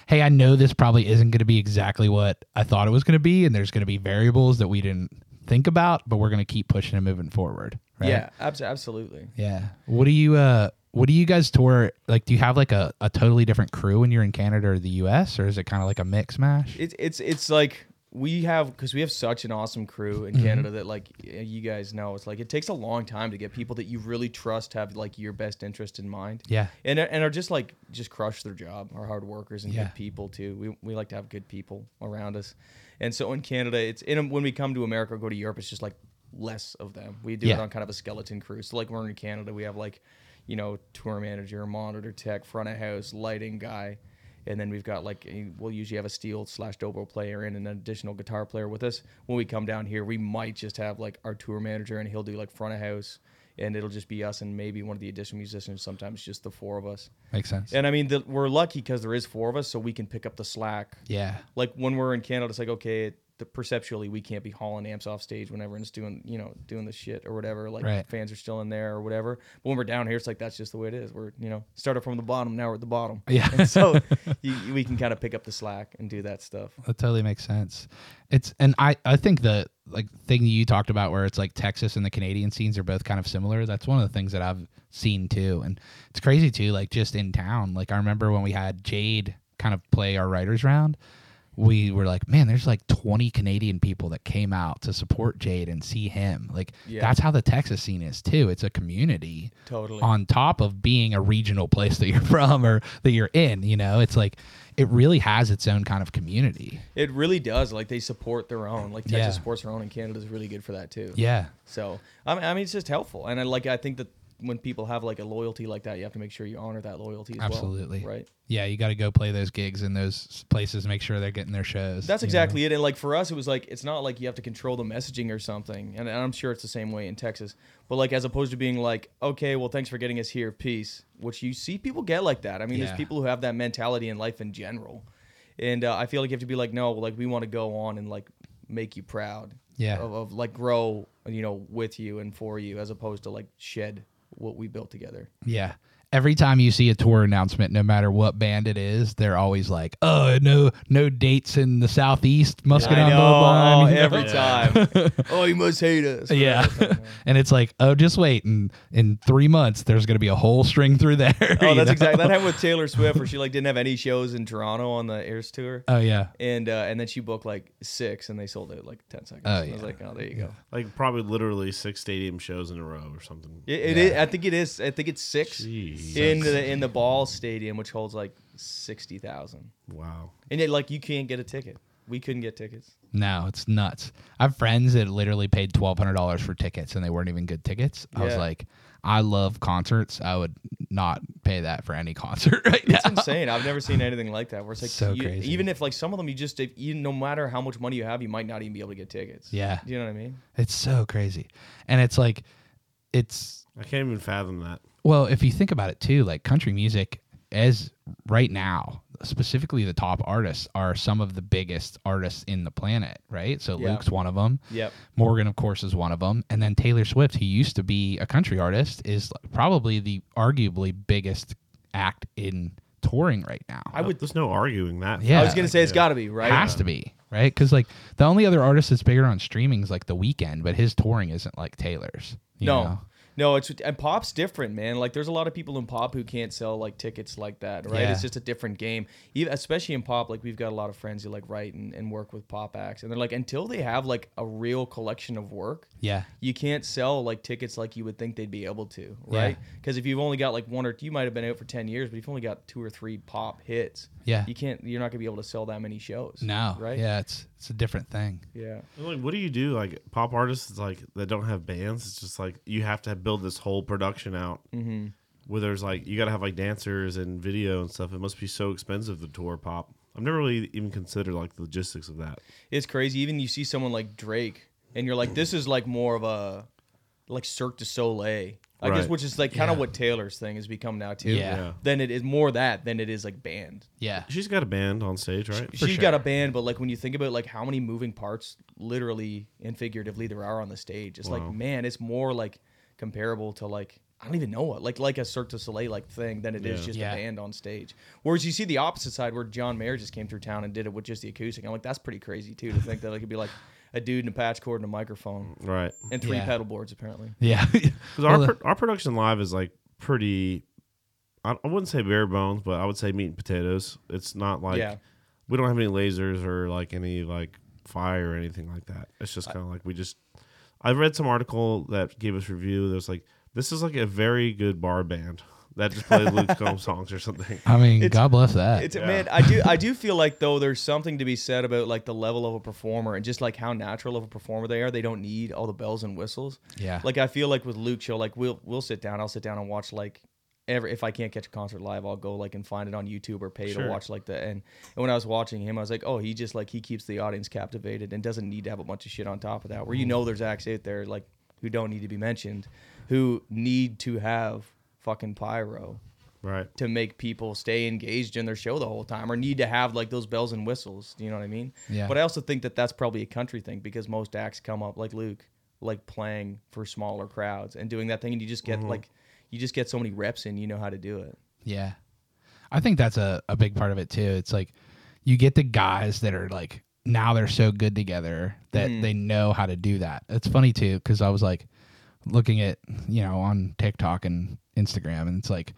Speaker 2: hey, I know this probably isn't going to be exactly what I thought it was going to be. And there's going to be variables that we didn't think about, but we're going to keep pushing and moving forward. Right?
Speaker 4: Yeah, abs- absolutely.
Speaker 2: Yeah. What do you, uh, what do you guys tour? Like, do you have like a, a totally different crew when you're in Canada or the US, or is it kind of like a mix mash?
Speaker 4: it's it's it's like we have because we have such an awesome crew
Speaker 2: Mm-hmm.
Speaker 4: in Canada that like y- you guys know it's like it takes a long time to get people that you really trust have like your best interest in mind.
Speaker 2: Yeah.
Speaker 4: and are- and are just like just crush their job, are hard workers and
Speaker 2: Yeah.
Speaker 4: good people too. We we like to have good people around us, and so in Canada it's in when we come to America or go to Europe it's just like less of them. We do
Speaker 2: Yeah.
Speaker 4: it on kind of a skeleton crew. So like we're in Canada we have like you know tour manager, monitor tech, front of house, lighting guy and then we've got like a- we'll usually have a steel slash dobro player and an additional guitar player with us when we come down here we might just have like our tour manager and he'll do like front of house and it'll just be us and maybe one of the additional musicians sometimes just the four of us
Speaker 2: Makes sense.
Speaker 4: and i mean the, we're lucky because there is four of us so we can pick up the slack
Speaker 2: Yeah.
Speaker 4: like when we're in Canada, it's like okay, it, the, perceptually we can't be hauling amps off stage when everyone's doing you know doing the shit or whatever. Like
Speaker 2: Right.
Speaker 4: fans are still in there or whatever. But when we're down here, it's like that's just the way it is. We're you know started from the bottom, now we're at the bottom.
Speaker 2: Yeah.
Speaker 4: and so you, you- we can kind of pick up the slack and do that stuff.
Speaker 2: That totally makes sense. It's and I I think the like thing you talked about where it's like Texas and the Canadian scenes are both kind of similar. That's one of the things that I've seen too, and it's crazy too. Like just in town, like I remember when we had Jade kind of play our writers round. We were like, man, there's like 20 Canadian people that came out to support Jade and see him. Like
Speaker 4: Yeah.
Speaker 2: that's how the Texas scene is too. It's a community
Speaker 4: Totally.
Speaker 2: on top of being a regional place that you're from or that you're in. You know, it's like it really has its own kind of community.
Speaker 4: It really does. Like they support their own. Like Texas
Speaker 2: Yeah.
Speaker 4: supports their own, and Canada's really good for that too.
Speaker 2: Yeah.
Speaker 4: So I mean, I mean, it's just helpful, and I like I think that when people have like a loyalty like that, you have to make sure you honor that loyalty as
Speaker 2: Absolutely.
Speaker 4: well. Right.
Speaker 2: Yeah, you got to go play those gigs in those places, make sure they're getting their shows.
Speaker 4: That's
Speaker 2: you know?
Speaker 4: exactly it. And like for us, it was like it's not like you have to control the messaging or something. And, and I'm sure it's the same way in Texas. But like as opposed to being like, okay, well, thanks for getting us here, peace. Which you see people get like that. I mean,
Speaker 2: Yeah.
Speaker 4: there's people who have that mentality in life in general. And uh, I feel like you have to be like, no, like we want to go on and like make you proud.
Speaker 2: Yeah.
Speaker 4: Of, of like grow, you know, with you and for you, as opposed to like shed what we built together.
Speaker 2: Yeah. every time you see a tour announcement, no matter what band it is, they're always like, "Oh, no, no dates in the southeast, Musket on Bowline." you know?
Speaker 4: every time. oh, you must hate us.
Speaker 2: Yeah, and it's like, oh, just wait, and in three months, there's gonna be a whole string through there.
Speaker 4: Oh,
Speaker 2: you
Speaker 4: that's
Speaker 2: know?
Speaker 4: exactly that happened with Taylor Swift, where she like didn't have any shows in Toronto on the Airs tour,
Speaker 2: Oh yeah,
Speaker 4: and uh, and then she booked like six, and they sold out like ten seconds.
Speaker 2: Oh,
Speaker 4: I was
Speaker 2: yeah.
Speaker 4: like, oh, there you go.
Speaker 3: Like probably literally six stadium shows in a row or something.
Speaker 4: It, it is- I think it is. I think it's six
Speaker 3: Jeez.
Speaker 4: in the in the Ball Stadium, which holds like sixty thousand,
Speaker 3: Wow.
Speaker 4: and yet like you can't get a ticket. We couldn't get tickets.
Speaker 2: no, it's nuts. I have friends that literally paid twelve hundred dollars for tickets, and they weren't even good tickets. I was
Speaker 4: Yeah.
Speaker 2: like, I love concerts. I would not pay that for any concert right now.
Speaker 4: It's insane. I've never seen anything like that. Where it's like
Speaker 2: So
Speaker 4: you-
Speaker 2: crazy.
Speaker 4: even if like some of them you just if you, no matter how much money you have, you might not even be able to get tickets.
Speaker 2: Yeah.
Speaker 4: Do you know what I mean?
Speaker 2: It's so crazy, and it's like, it's
Speaker 3: I can't even fathom that.
Speaker 2: Well, if you think about it too, like country music as right now, specifically the top artists are some of the biggest artists in the planet, right? So
Speaker 4: Yeah.
Speaker 2: Luke's one of them.
Speaker 4: Yep.
Speaker 2: Morgan, of course, is one of them, and then Taylor Swift, who used to be a country artist, is probably the arguably biggest act in touring right now.
Speaker 4: I would.
Speaker 3: There's no arguing that.
Speaker 2: Yeah.
Speaker 4: I was gonna say it's got to be right.
Speaker 2: Has to be right because like the only other artist that's bigger on streaming is like The Weeknd, but his touring isn't like Taylor's. you
Speaker 4: no.
Speaker 2: know?
Speaker 4: No, it's and pop's different, man. Like there's a lot of people in pop who can't sell like tickets like that, right?
Speaker 2: Yeah.
Speaker 4: It's just a different game. Even, especially in pop, like we've got a lot of friends who like write and, and work with pop acts, and they're like until they have like a real collection of work,
Speaker 2: Yeah.
Speaker 4: you can't sell like tickets like you would think they'd be able to,
Speaker 2: Yeah.
Speaker 4: right? Because if you've only got like one or you might have been out for ten years, but if you've only got two or three pop hits,
Speaker 2: Yeah.
Speaker 4: you can't. You're not gonna be able to sell that many shows.
Speaker 2: No.
Speaker 4: right?
Speaker 2: Yeah. It's it's a different thing.
Speaker 4: yeah.
Speaker 3: And, Like, what do you do? Like pop artists, it's like that don't have bands. It's just like you have to build this whole production out. Mm-hmm. Where there's like you got to have like dancers and video and stuff. It must be so expensive to tour pop. I've never really even considered like the logistics of that.
Speaker 4: It's crazy. Even you see someone like Drake, and you're like, this is like more of a like Cirque du Soleil, I guess,
Speaker 3: Right.
Speaker 4: which is like kind of what Taylor's thing has become now too.
Speaker 2: Yeah.
Speaker 3: Yeah.
Speaker 4: Then it is more that than it is like band.
Speaker 2: Yeah.
Speaker 3: She's got a band on stage, right?
Speaker 4: She's got a band, but like when you think about like how many moving parts, literally and figuratively, there are on the stage, it's
Speaker 3: Wow.
Speaker 4: like man, it's more like comparable to like I don't even know what like like a Cirque du Soleil like thing than it is
Speaker 3: Yeah.
Speaker 4: just
Speaker 2: Yeah.
Speaker 4: a band on stage. Whereas you see the opposite side where John Mayer just came through town and did it with just the acoustic. I'm like that's pretty crazy too to think that it could be like a dude in a patch cord and a microphone
Speaker 3: Right.
Speaker 4: and three
Speaker 2: Yeah.
Speaker 4: pedal boards apparently.
Speaker 2: Yeah.
Speaker 3: Because our,
Speaker 2: Well, the-
Speaker 3: pro- our production live is like pretty, I, I wouldn't say bare bones, but I would say meat and potatoes. It's not like
Speaker 4: Yeah.
Speaker 3: we don't have any lasers or like any like fire or anything like that. It's just kind of like we just. I read some article that gave us review. That was like this is like a very good bar band that just played Luke Combs songs or something.
Speaker 2: I mean, God bless that.
Speaker 4: It's man, I do I do feel like though there's something to be said about like the level of a performer and just like how natural of a performer they are. They don't need all the bells and whistles.
Speaker 2: Yeah.
Speaker 4: Like I feel like with Luke, she'll like we'll we'll sit down. I'll sit down and watch like ever if I can't catch a concert live, I'll go like and find it on YouTube or pay
Speaker 3: Sure.
Speaker 4: to watch like the and, and when I was watching him, I was like, oh, he just like he keeps the audience captivated and doesn't need to have a bunch of shit on top of that. Where you know there's acts out there like who don't need to be mentioned, who need to have fucking pyro
Speaker 3: Right.
Speaker 4: to make people stay engaged in their show the whole time or need to have like those bells and whistles. You know what I mean?
Speaker 2: Yeah.
Speaker 4: But I also think that that's probably a country thing because most acts come up like Luke, like playing for smaller crowds and doing that thing, and you just get like you just get so many reps in, you know how to do it.
Speaker 2: yeah. I think that's a, a big part of it too. It's like you get the guys that are like now they're so good together that
Speaker 4: Mm-hmm.
Speaker 2: they know how to do that. It's funny too cuz I was like looking at, you know, on TikTok and Instagram and it's like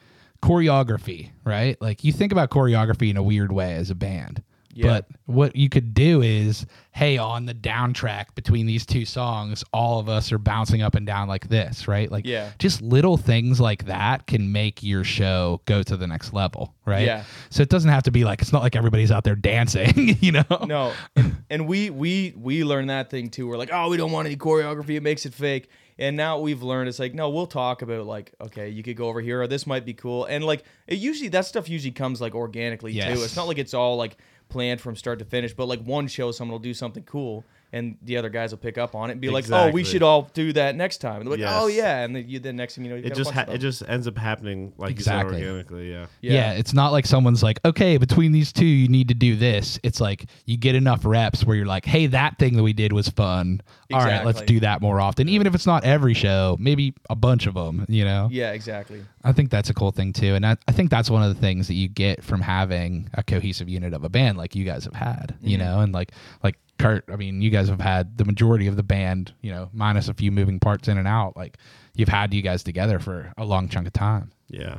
Speaker 2: choreography, right? Like you think about choreography in a weird way as a band.
Speaker 4: Yeah.
Speaker 2: But what you could do is, hey, on the down track between these two songs, all of us are bouncing up and down like this, right? Like
Speaker 4: Yeah.
Speaker 2: just little things like that can make your show go to the next level, right?
Speaker 4: Yeah.
Speaker 2: So it doesn't have to be like it's not like everybody's out there dancing, you know?
Speaker 4: No, and, and we we we learned that thing too. We're like, oh, we don't want any choreography; it makes it fake. And now we've learned it's like, no, we'll talk about like, okay, you could go over here, or this might be cool. And like, it usually that stuff usually comes like organically
Speaker 2: Yes.
Speaker 4: too. It's not like it's all like planned from start to finish. But like one show, someone will do something cool, and the other guys will pick up on it and be like, "Oh,
Speaker 3: Exactly.
Speaker 4: we should all do that next time." And they're like,
Speaker 3: Yes.
Speaker 4: "Oh yeah," and then you then next thing you know, you
Speaker 3: It just ha- it just ends up happening like
Speaker 2: Exactly.
Speaker 3: you said organically. Yeah.
Speaker 2: Yeah. it's not like someone's like, okay, between these two, you need to do this. It's like you get enough reps where you're like, hey, that thing that we did was fun. All right, let's
Speaker 4: Exactly.
Speaker 2: do that more often. Even if it's not every show, maybe a bunch of them, you know?
Speaker 4: yeah, exactly.
Speaker 2: I think that's a cool thing too. And I, I think that's one of the things that you get from having a cohesive unit of a band like you guys have had, you
Speaker 4: Mm-hmm.
Speaker 2: know, and like, like Kurt, I mean, you guys have had the majority of the band, you know, minus a few moving parts in and out. Like you've had you guys together for a long chunk of time.
Speaker 3: Yeah.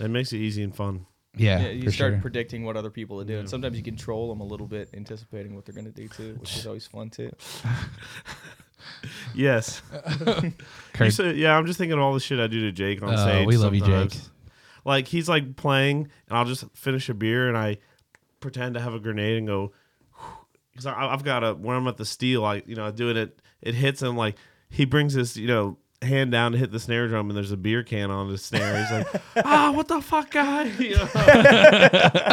Speaker 3: It makes it easy and fun.
Speaker 2: Yeah.
Speaker 4: Yeah, you
Speaker 2: for
Speaker 4: start
Speaker 2: sure.
Speaker 4: predicting what other people will do, and sometimes you control them a little bit, anticipating what they're going to do too, which is always fun too.
Speaker 3: Yes. You
Speaker 2: Kurt,
Speaker 3: said- yeah, I'm just thinking of all the shit I do to Jake on
Speaker 2: Oh,
Speaker 3: stage.
Speaker 2: we love you,
Speaker 3: sometimes.
Speaker 2: Jake.
Speaker 3: Like he's like playing, and I'll just finish a beer, and I pretend to have a grenade and go because I've got a when I'm at the steel, I you know I do it, it it hits him like he brings his you know hand down to hit the snare drum, and there's a beer can on the snare. He's like, ah, what the fuck, guy? You know?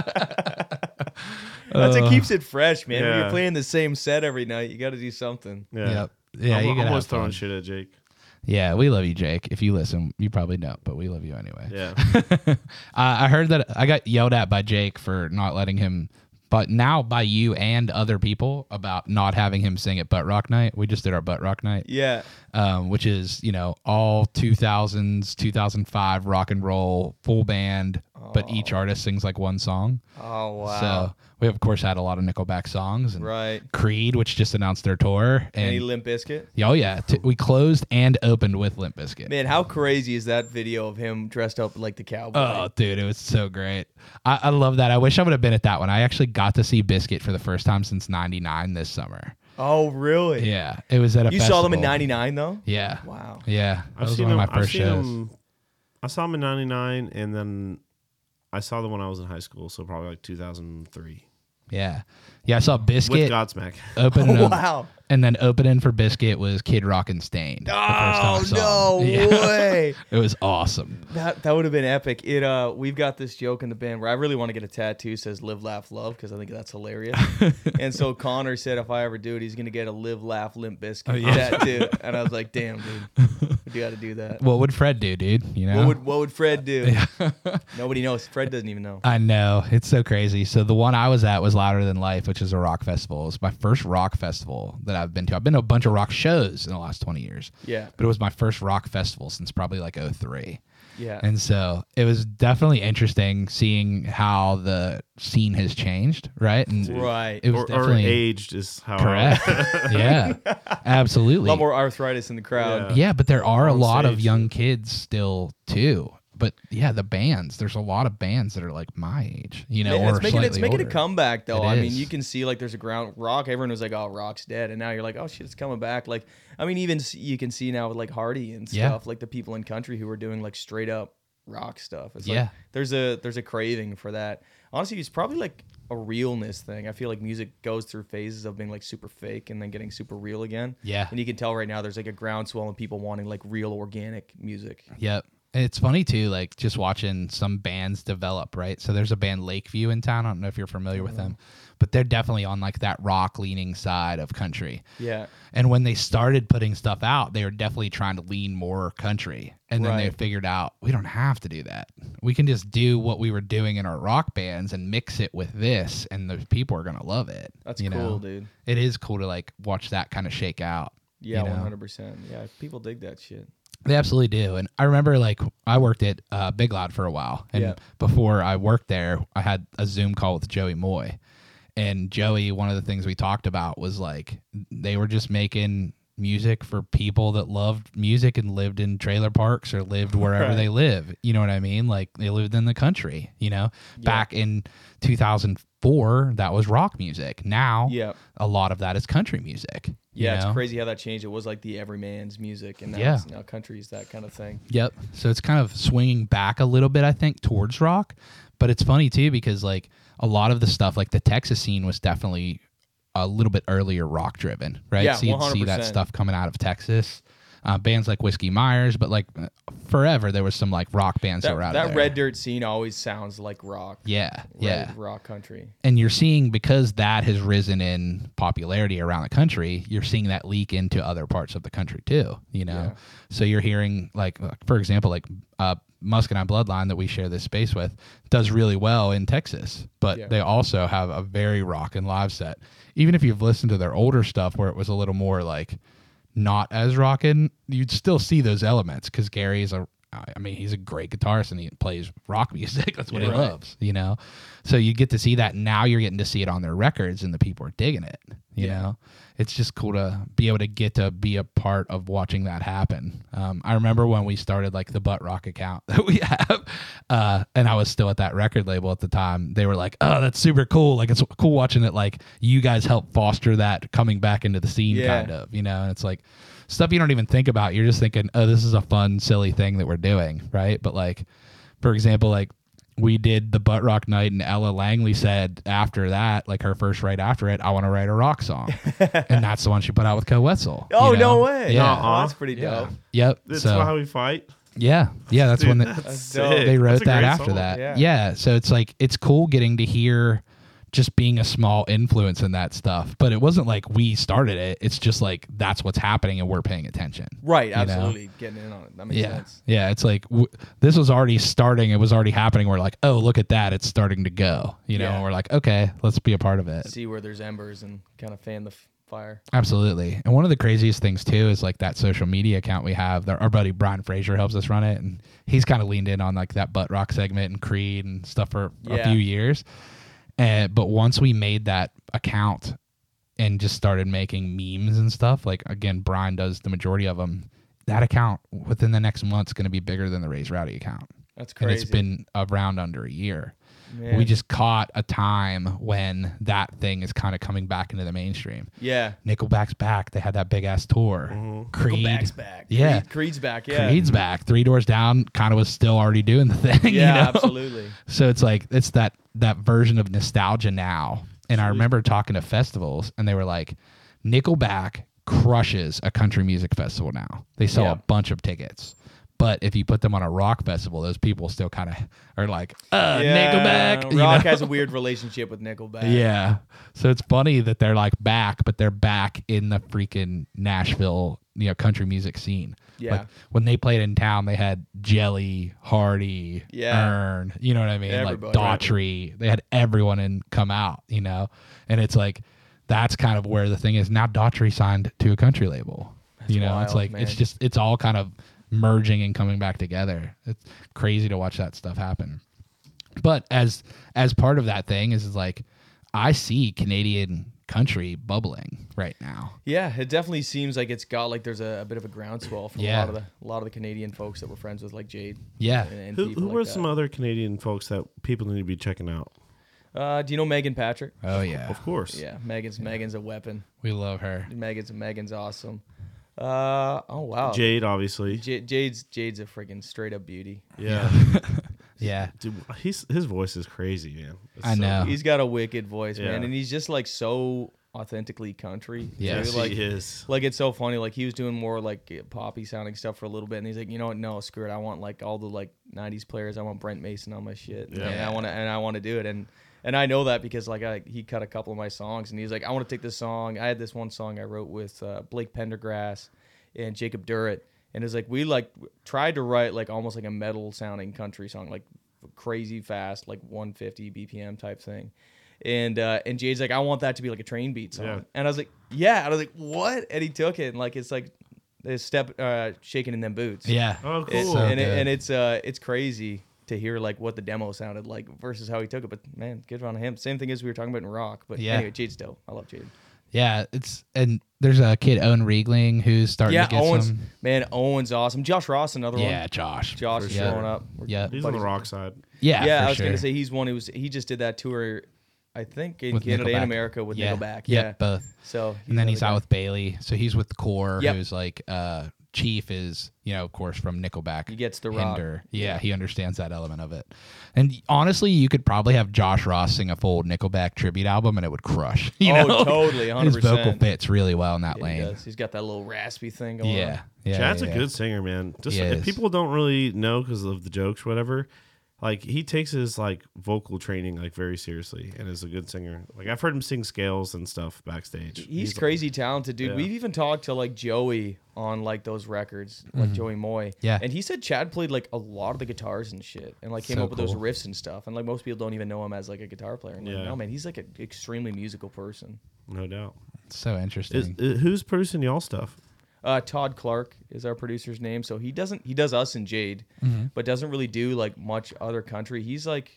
Speaker 4: That's
Speaker 2: Uh,
Speaker 4: what keeps it fresh, man. When
Speaker 3: Yeah.
Speaker 4: you're playing the same set every night, you got to do something.
Speaker 3: Yeah.
Speaker 2: Yep. Yeah,
Speaker 3: I'm,
Speaker 2: you
Speaker 3: I'm
Speaker 2: gotta
Speaker 3: always
Speaker 2: have fun.
Speaker 3: throwing shit at Jake.
Speaker 2: Yeah, we love you, Jake. If you listen, you probably don't, but we love you anyway.
Speaker 3: Yeah.
Speaker 2: Uh, I heard that I got yelled at by Jake for not letting him, but now by you and other people about not having him sing at Butt Rock Night. We just did our Butt Rock Night,
Speaker 4: Yeah,
Speaker 2: um, which is you know all 2000s, 2005 rock and roll full band, but each
Speaker 3: Oh.
Speaker 2: artist sings like one song.
Speaker 4: Oh wow!
Speaker 2: So we of course had a lot of Nickelback songs and
Speaker 4: right,
Speaker 2: Creed, which just announced their tour,
Speaker 4: any
Speaker 2: and.
Speaker 4: Limp Biscuit?
Speaker 2: Oh yeah, t- we closed and opened with Limp Bizkit.
Speaker 4: Man, how crazy is that video of him dressed up like the cowboy?
Speaker 2: Oh, dude, it was so great. I, I love that. I wish I would have been at that one. I actually got to see Biscuit for the first time since '99 this summer.
Speaker 4: oh, really?
Speaker 2: Yeah, it was at a.
Speaker 4: You saw them in
Speaker 2: festival.
Speaker 4: '99 though.
Speaker 2: Yeah.
Speaker 4: Wow.
Speaker 2: Yeah, that
Speaker 3: I've
Speaker 2: was
Speaker 3: seen
Speaker 2: one
Speaker 3: him.
Speaker 2: of my
Speaker 3: I've
Speaker 2: first
Speaker 3: seen
Speaker 2: shows.
Speaker 3: him. I saw him in '99, and then I saw the one I was in high school, so probably like 2003
Speaker 2: Yeah, yeah, I saw
Speaker 3: with
Speaker 2: Biscuit
Speaker 3: Godsmack.
Speaker 2: opening. up-
Speaker 4: Wow.
Speaker 2: And then opening for Biscuit was Kid Rock and Stain. the first time I
Speaker 4: Oh
Speaker 2: saw
Speaker 4: no
Speaker 2: him. Yeah.
Speaker 4: way!
Speaker 2: It was awesome.
Speaker 4: That that would have been epic. It uh, we've got this joke in the band where I really want to get a tattoo says "Live, Laugh, Love" because I think that's hilarious. and so Connor said if I ever do it, he's gonna get a "Live, Laugh, Limp Biscuit" tattoo. And I was like, "Damn, dude, you got to do that."
Speaker 2: What would Fred do, dude? You know,
Speaker 4: What would what would Fred do? Nobody knows. Fred doesn't even know.
Speaker 2: I know. It's so crazy. So the one I was at was Louder Than Life, which is a rock festival. It's my first rock festival that I've been to. I've been to a bunch of rock shows in the last 20 years.
Speaker 4: Yeah.
Speaker 2: But it was my first rock festival since probably like 03.
Speaker 4: Yeah.
Speaker 2: And so it was definitely interesting seeing how the scene has changed, right? And
Speaker 4: Right.
Speaker 2: It was
Speaker 3: Or, or
Speaker 2: definitely
Speaker 3: aged is how. I-
Speaker 2: correct. yeah. Absolutely.
Speaker 4: a lot more arthritis in the crowd.
Speaker 2: Yeah, but there are a
Speaker 3: on
Speaker 2: lot of
Speaker 3: stage.
Speaker 2: young kids still too. But yeah, the bands. There's a lot of bands that are like my age, you know,
Speaker 4: Man,
Speaker 2: or
Speaker 4: it's making, it's
Speaker 2: slightly
Speaker 4: making a
Speaker 2: older.
Speaker 4: comeback though.
Speaker 2: It
Speaker 4: I mean,
Speaker 2: is.
Speaker 4: you can see like there's a ground rock. Everyone was like, "Oh, rock's dead," and now you're like, "Oh shit, it's coming back." Like, I mean, even s- you can see now with like Hardy and
Speaker 2: Yeah.
Speaker 4: stuff, like the people in country who are doing like straight up rock stuff. It's like
Speaker 2: Yeah.
Speaker 4: there's a there's a craving for that. Honestly, it's probably like a realness thing. I feel like music goes through phases of being like super fake and then getting super real again.
Speaker 2: Yeah.
Speaker 4: and you can tell right now there's like a groundswell of people wanting like real organic music.
Speaker 2: Yep. And it's funny too, like just watching some bands develop, right? So there's a band Lakeview in town. I don't know if you're familiar with
Speaker 4: Mm-hmm.
Speaker 2: them, but they're definitely on like that rock leaning side of country.
Speaker 4: Yeah,
Speaker 2: And when they started putting stuff out, they were definitely trying to lean more country. And then they
Speaker 4: Right.
Speaker 2: figured out we don't have to do that. We can just do what we were doing in our rock bands and mix it with this, and those people are gonna love it.
Speaker 4: that's
Speaker 2: you
Speaker 4: cool,
Speaker 2: know?
Speaker 4: dude.
Speaker 2: It is cool to like watch that kind of shake out.
Speaker 4: Yeah,
Speaker 2: you know?
Speaker 4: one hundred percent. Yeah, people dig that shit.
Speaker 2: They absolutely do. And I remember like I worked at uh, Big Loud for a while. And
Speaker 4: Yeah.
Speaker 2: before I worked there, I had a Zoom call with Joey Moy. And Joey, one of the things we talked about was like they were just making music for people that loved music and lived in trailer parks or lived wherever they live. You know what I mean? Like they lived in the country, you know? Back in 2004, that was rock music. Now,
Speaker 4: Yeah.
Speaker 2: a lot of that is country music. you
Speaker 4: Yeah,
Speaker 2: know?
Speaker 4: it's crazy how that changed. It was like the everyman's music, and now
Speaker 2: Yeah.
Speaker 4: it's now country's that kind of thing.
Speaker 2: Yep. So it's kind of swinging back a little bit, I think, towards rock. But it's funny too because like a lot of the stuff, like the Texas scene, was definitely a little bit earlier rock driven, right?
Speaker 4: Yeah,
Speaker 2: so you'd see that
Speaker 4: 100%.
Speaker 2: stuff coming out of Texas. uh, bands like Whiskey Myers, but like uh, forever there was some like rock bands that,
Speaker 4: That,
Speaker 2: were out
Speaker 4: that
Speaker 2: of there.
Speaker 4: red dirt scene always sounds like rock.
Speaker 2: yeah,
Speaker 4: Red-
Speaker 2: yeah.
Speaker 4: rock country.
Speaker 2: And you're seeing because that has risen in popularity around the country, you're seeing that leak into other parts of the country too. You know,
Speaker 4: Yeah.
Speaker 2: so you're hearing like, for example, like uh, Musk and I Bloodline that we share this space with does really well in Texas, but
Speaker 4: Yeah.
Speaker 2: they also have a very rock and live set. Even if you've listened to their older stuff where it was a little more like not as rockin', you'd still see those elements because Gary is a I mean, he's a great guitarist and he plays rock music. That's what he
Speaker 4: Yeah. Right.
Speaker 2: loves, you know? So you get to see that. Now you're getting to see it on their records and the people are digging it, you know? It's just cool to be able to get to be a part of watching that happen. Um, I remember when we started like the butt rock account that we have, uh, and I was still at that record label at the time. They were like, oh, that's super cool. Like, it's cool watching it. Like, you guys help foster that coming back into the scene,
Speaker 4: Yeah.
Speaker 2: kind of of, you know, and it's like stuff you don't even think about. You're just thinking, oh, this is a fun, silly thing that we're doing, right? But like, for example, like we did the butt rock night, and Ella Langley said after that, like her first right after it, I want to write a rock song, and that's the one she put out with Co Wetzel.
Speaker 4: Oh
Speaker 2: you
Speaker 4: no
Speaker 2: know?
Speaker 4: way!
Speaker 2: Yeah.
Speaker 4: Oh, that's pretty
Speaker 2: Yeah.
Speaker 4: dope.
Speaker 2: Yep.
Speaker 3: That's
Speaker 2: so
Speaker 3: why we fight.
Speaker 2: yeah, yeah, that's
Speaker 3: Dude,
Speaker 2: when the,
Speaker 3: that's
Speaker 4: dope.
Speaker 3: sick.
Speaker 2: they wrote
Speaker 3: That's a
Speaker 2: that
Speaker 3: great
Speaker 2: after
Speaker 3: song.
Speaker 2: that. Yeah.
Speaker 4: yeah.
Speaker 2: So it's like it's cool getting to hear just being a small influence in that stuff. But it wasn't like we started it. It's just like that's what's happening and we're paying attention.
Speaker 4: Right,
Speaker 2: know?
Speaker 4: absolutely. Getting in on it. That makes
Speaker 2: Yeah.
Speaker 4: sense.
Speaker 2: Yeah. It's like w- this was already starting. It was already happening. We're like, oh, look at that. It's starting to go. You know,
Speaker 4: Yeah.
Speaker 2: and we're like, okay, let's be a part of it.
Speaker 4: See where there's embers and kind of fan the f- fire.
Speaker 2: Absolutely. And one of the craziest things too is like that social media account we have. That our buddy Brian Fraser helps us run it, and he's kind of leaned in on like that butt rock segment and Creed and stuff for a
Speaker 4: Yeah.
Speaker 2: few years. And but once we made that account and just started making memes and stuff, like again, Brian does the majority of them. That account within the next month's going to be bigger than the Raise Rowdy account,
Speaker 4: That's crazy.
Speaker 2: and it's been around under a year.
Speaker 4: Man.
Speaker 2: We just caught a time when that thing is kind of coming back into the mainstream.
Speaker 4: yeah.
Speaker 2: Nickelback's back. They had that big ass tour. Creed,
Speaker 4: Back's Mm-hmm. back.
Speaker 2: Yeah.
Speaker 4: Creed- Creed's back. Yeah.
Speaker 2: Creed's back. Three Doors Down kind of was still already doing the thing. you
Speaker 4: yeah,
Speaker 2: know?
Speaker 4: absolutely.
Speaker 2: So it's like it's that that version of nostalgia now. And I remember talking to festivals, and they were like, Nickelback crushes a country music festival now. They sell
Speaker 4: Yeah.
Speaker 2: a bunch of tickets. But if you put them on a rock festival, those people still kind of are like, uh,
Speaker 4: Yeah,
Speaker 2: Nickelback.
Speaker 4: Rock
Speaker 2: you know?
Speaker 4: has a weird relationship with Nickelback.
Speaker 2: Yeah. So it's funny that they're like back, but they're back in the freaking Nashville, you know, country music scene.
Speaker 4: Yeah.
Speaker 2: Like when they played in town, they had Jelly, Hardy,
Speaker 4: Yeah.
Speaker 2: Earn, you know what I mean?
Speaker 4: Everybody.
Speaker 2: Like Daughtry. They had everyone in come out, you know? And it's like that's kind of where the thing is. Now Daughtry signed to a country label. you know, it's
Speaker 4: wild,
Speaker 2: like it's
Speaker 4: man.
Speaker 2: just it's all kind of merging and coming back together. It's crazy to watch that stuff happen but as as part of that thing is, is like i see canadian country bubbling right now
Speaker 4: Yeah, it definitely seems like it's got like there's a, a bit of a groundswell from
Speaker 2: Yeah.
Speaker 4: a lot of the a lot of the Canadian folks that we're friends with, like Jade.
Speaker 2: yeah
Speaker 4: And, and
Speaker 3: Who,
Speaker 4: people
Speaker 3: who
Speaker 4: like
Speaker 3: are
Speaker 4: that.
Speaker 3: some other Canadian folks that people need to be checking out?
Speaker 4: Uh, do you know Megan Patrick?
Speaker 2: oh yeah
Speaker 3: Of course.
Speaker 4: Yeah, Megan's Megan's a weapon.
Speaker 2: we love her
Speaker 4: Megan's Megan's awesome. Uh, oh wow.
Speaker 3: Jade, obviously.
Speaker 4: J- Jade's Jade's a freaking straight up beauty.
Speaker 3: Yeah.
Speaker 2: yeah
Speaker 3: Dude, he's, his voice is crazy, man. It's
Speaker 2: I know.
Speaker 4: He's got a wicked voice, man,
Speaker 3: Yeah.
Speaker 4: and he's just like so authentically country.
Speaker 2: Yeah.
Speaker 4: too.
Speaker 3: Yes,
Speaker 4: like
Speaker 3: he is.
Speaker 4: like it's so funny. Like he was doing more like poppy sounding stuff for a little bit, and he's like, you know what? No, screw it. I want like all the like '90s players. I want Brent Mason on my shit,
Speaker 3: Yeah.
Speaker 4: and I want to and I want to do it. And and I know that because like I, he cut a couple of my songs, and he's like, I want to take this song. I had this one song I wrote with uh, Blake Pendergrass and Jacob Durrett, and it was like we like tried to write like almost like a metal sounding country song, like crazy fast, like 150 BPM type thing. And uh, and Jade's like, I want that to be like a train beat song.
Speaker 3: Yeah.
Speaker 4: And I was like, yeah. And I was like, what? And he took it. And like, it's like a step uh, shaking in them boots.
Speaker 2: yeah
Speaker 3: Oh, cool.
Speaker 4: It-
Speaker 2: So
Speaker 4: and, it,
Speaker 2: good.
Speaker 4: and it's uh, it's crazy to hear like what the demo sounded like versus how he took it. But man, good on him. Same thing as we were talking about in rock. But
Speaker 2: Yeah.
Speaker 4: anyway, Jade's dope. I love Jade.
Speaker 2: yeah it's and there's a kid owen riegling who's starting
Speaker 4: Yeah,
Speaker 2: to get
Speaker 4: Owen's
Speaker 2: some
Speaker 4: man, Owen's awesome. Josh Ross, another
Speaker 2: yeah
Speaker 4: one.
Speaker 2: josh
Speaker 4: Josh
Speaker 2: For
Speaker 4: is
Speaker 2: sure.
Speaker 4: showing up. We're
Speaker 2: Yeah.
Speaker 3: He's on the
Speaker 4: buddies.
Speaker 3: rock side.
Speaker 2: yeah
Speaker 4: yeah,
Speaker 2: for
Speaker 4: I was
Speaker 2: sure.
Speaker 4: gonna say he's one who was he just did that tour, I think in
Speaker 2: With
Speaker 4: Canada
Speaker 2: Nickelback.
Speaker 4: and America with
Speaker 2: yeah.
Speaker 4: Nickelback.
Speaker 2: Yep,
Speaker 4: Yeah,
Speaker 2: both
Speaker 4: so
Speaker 2: and then
Speaker 4: another
Speaker 2: he's
Speaker 4: guy.
Speaker 2: out with bailey so he's with core
Speaker 4: Yep.
Speaker 2: who's like uh Chief is, you know, of course, from Nickelback.
Speaker 4: He gets the rock.
Speaker 2: Yeah, he understands that element of it. And honestly, you could probably have Josh Ross sing a full Nickelback tribute album, and it would crush. You
Speaker 4: Oh,
Speaker 2: know?
Speaker 4: totally,
Speaker 2: His vocal
Speaker 4: 100%.
Speaker 2: fits really well in that
Speaker 4: He
Speaker 2: lane.
Speaker 4: does. He's got that little raspy thing going
Speaker 2: Yeah, yeah,
Speaker 3: Chad's
Speaker 2: yeah.
Speaker 3: a good singer, man. Just
Speaker 2: He
Speaker 3: if
Speaker 2: is.
Speaker 3: people don't really know because of the jokes, whatever. Like he takes his like vocal training like very seriously and is a good singer. Like I've heard him sing scales and stuff backstage.
Speaker 4: on. He's, crazy talented, dude.
Speaker 3: Yeah.
Speaker 4: We've even talked to like Joey on like those records, like Joey Moy.
Speaker 2: Mm-hmm. Yeah.
Speaker 4: And he said Chad played like a lot of the guitars and shit and like came
Speaker 2: So
Speaker 4: up with those
Speaker 2: cool.
Speaker 4: riffs and stuff. And like most people don't even know him as like a guitar player. And like,
Speaker 3: Yeah.
Speaker 4: no man, he's like an extremely musical person.
Speaker 3: no doubt.
Speaker 2: So
Speaker 3: Is,
Speaker 2: interesting.
Speaker 3: uh, who's producing y'all stuff?
Speaker 4: Uh, Todd Clark is our producer's name, so he doesn't he does us and Jade,
Speaker 2: Mm-hmm.
Speaker 4: but doesn't really do like much other country. He's like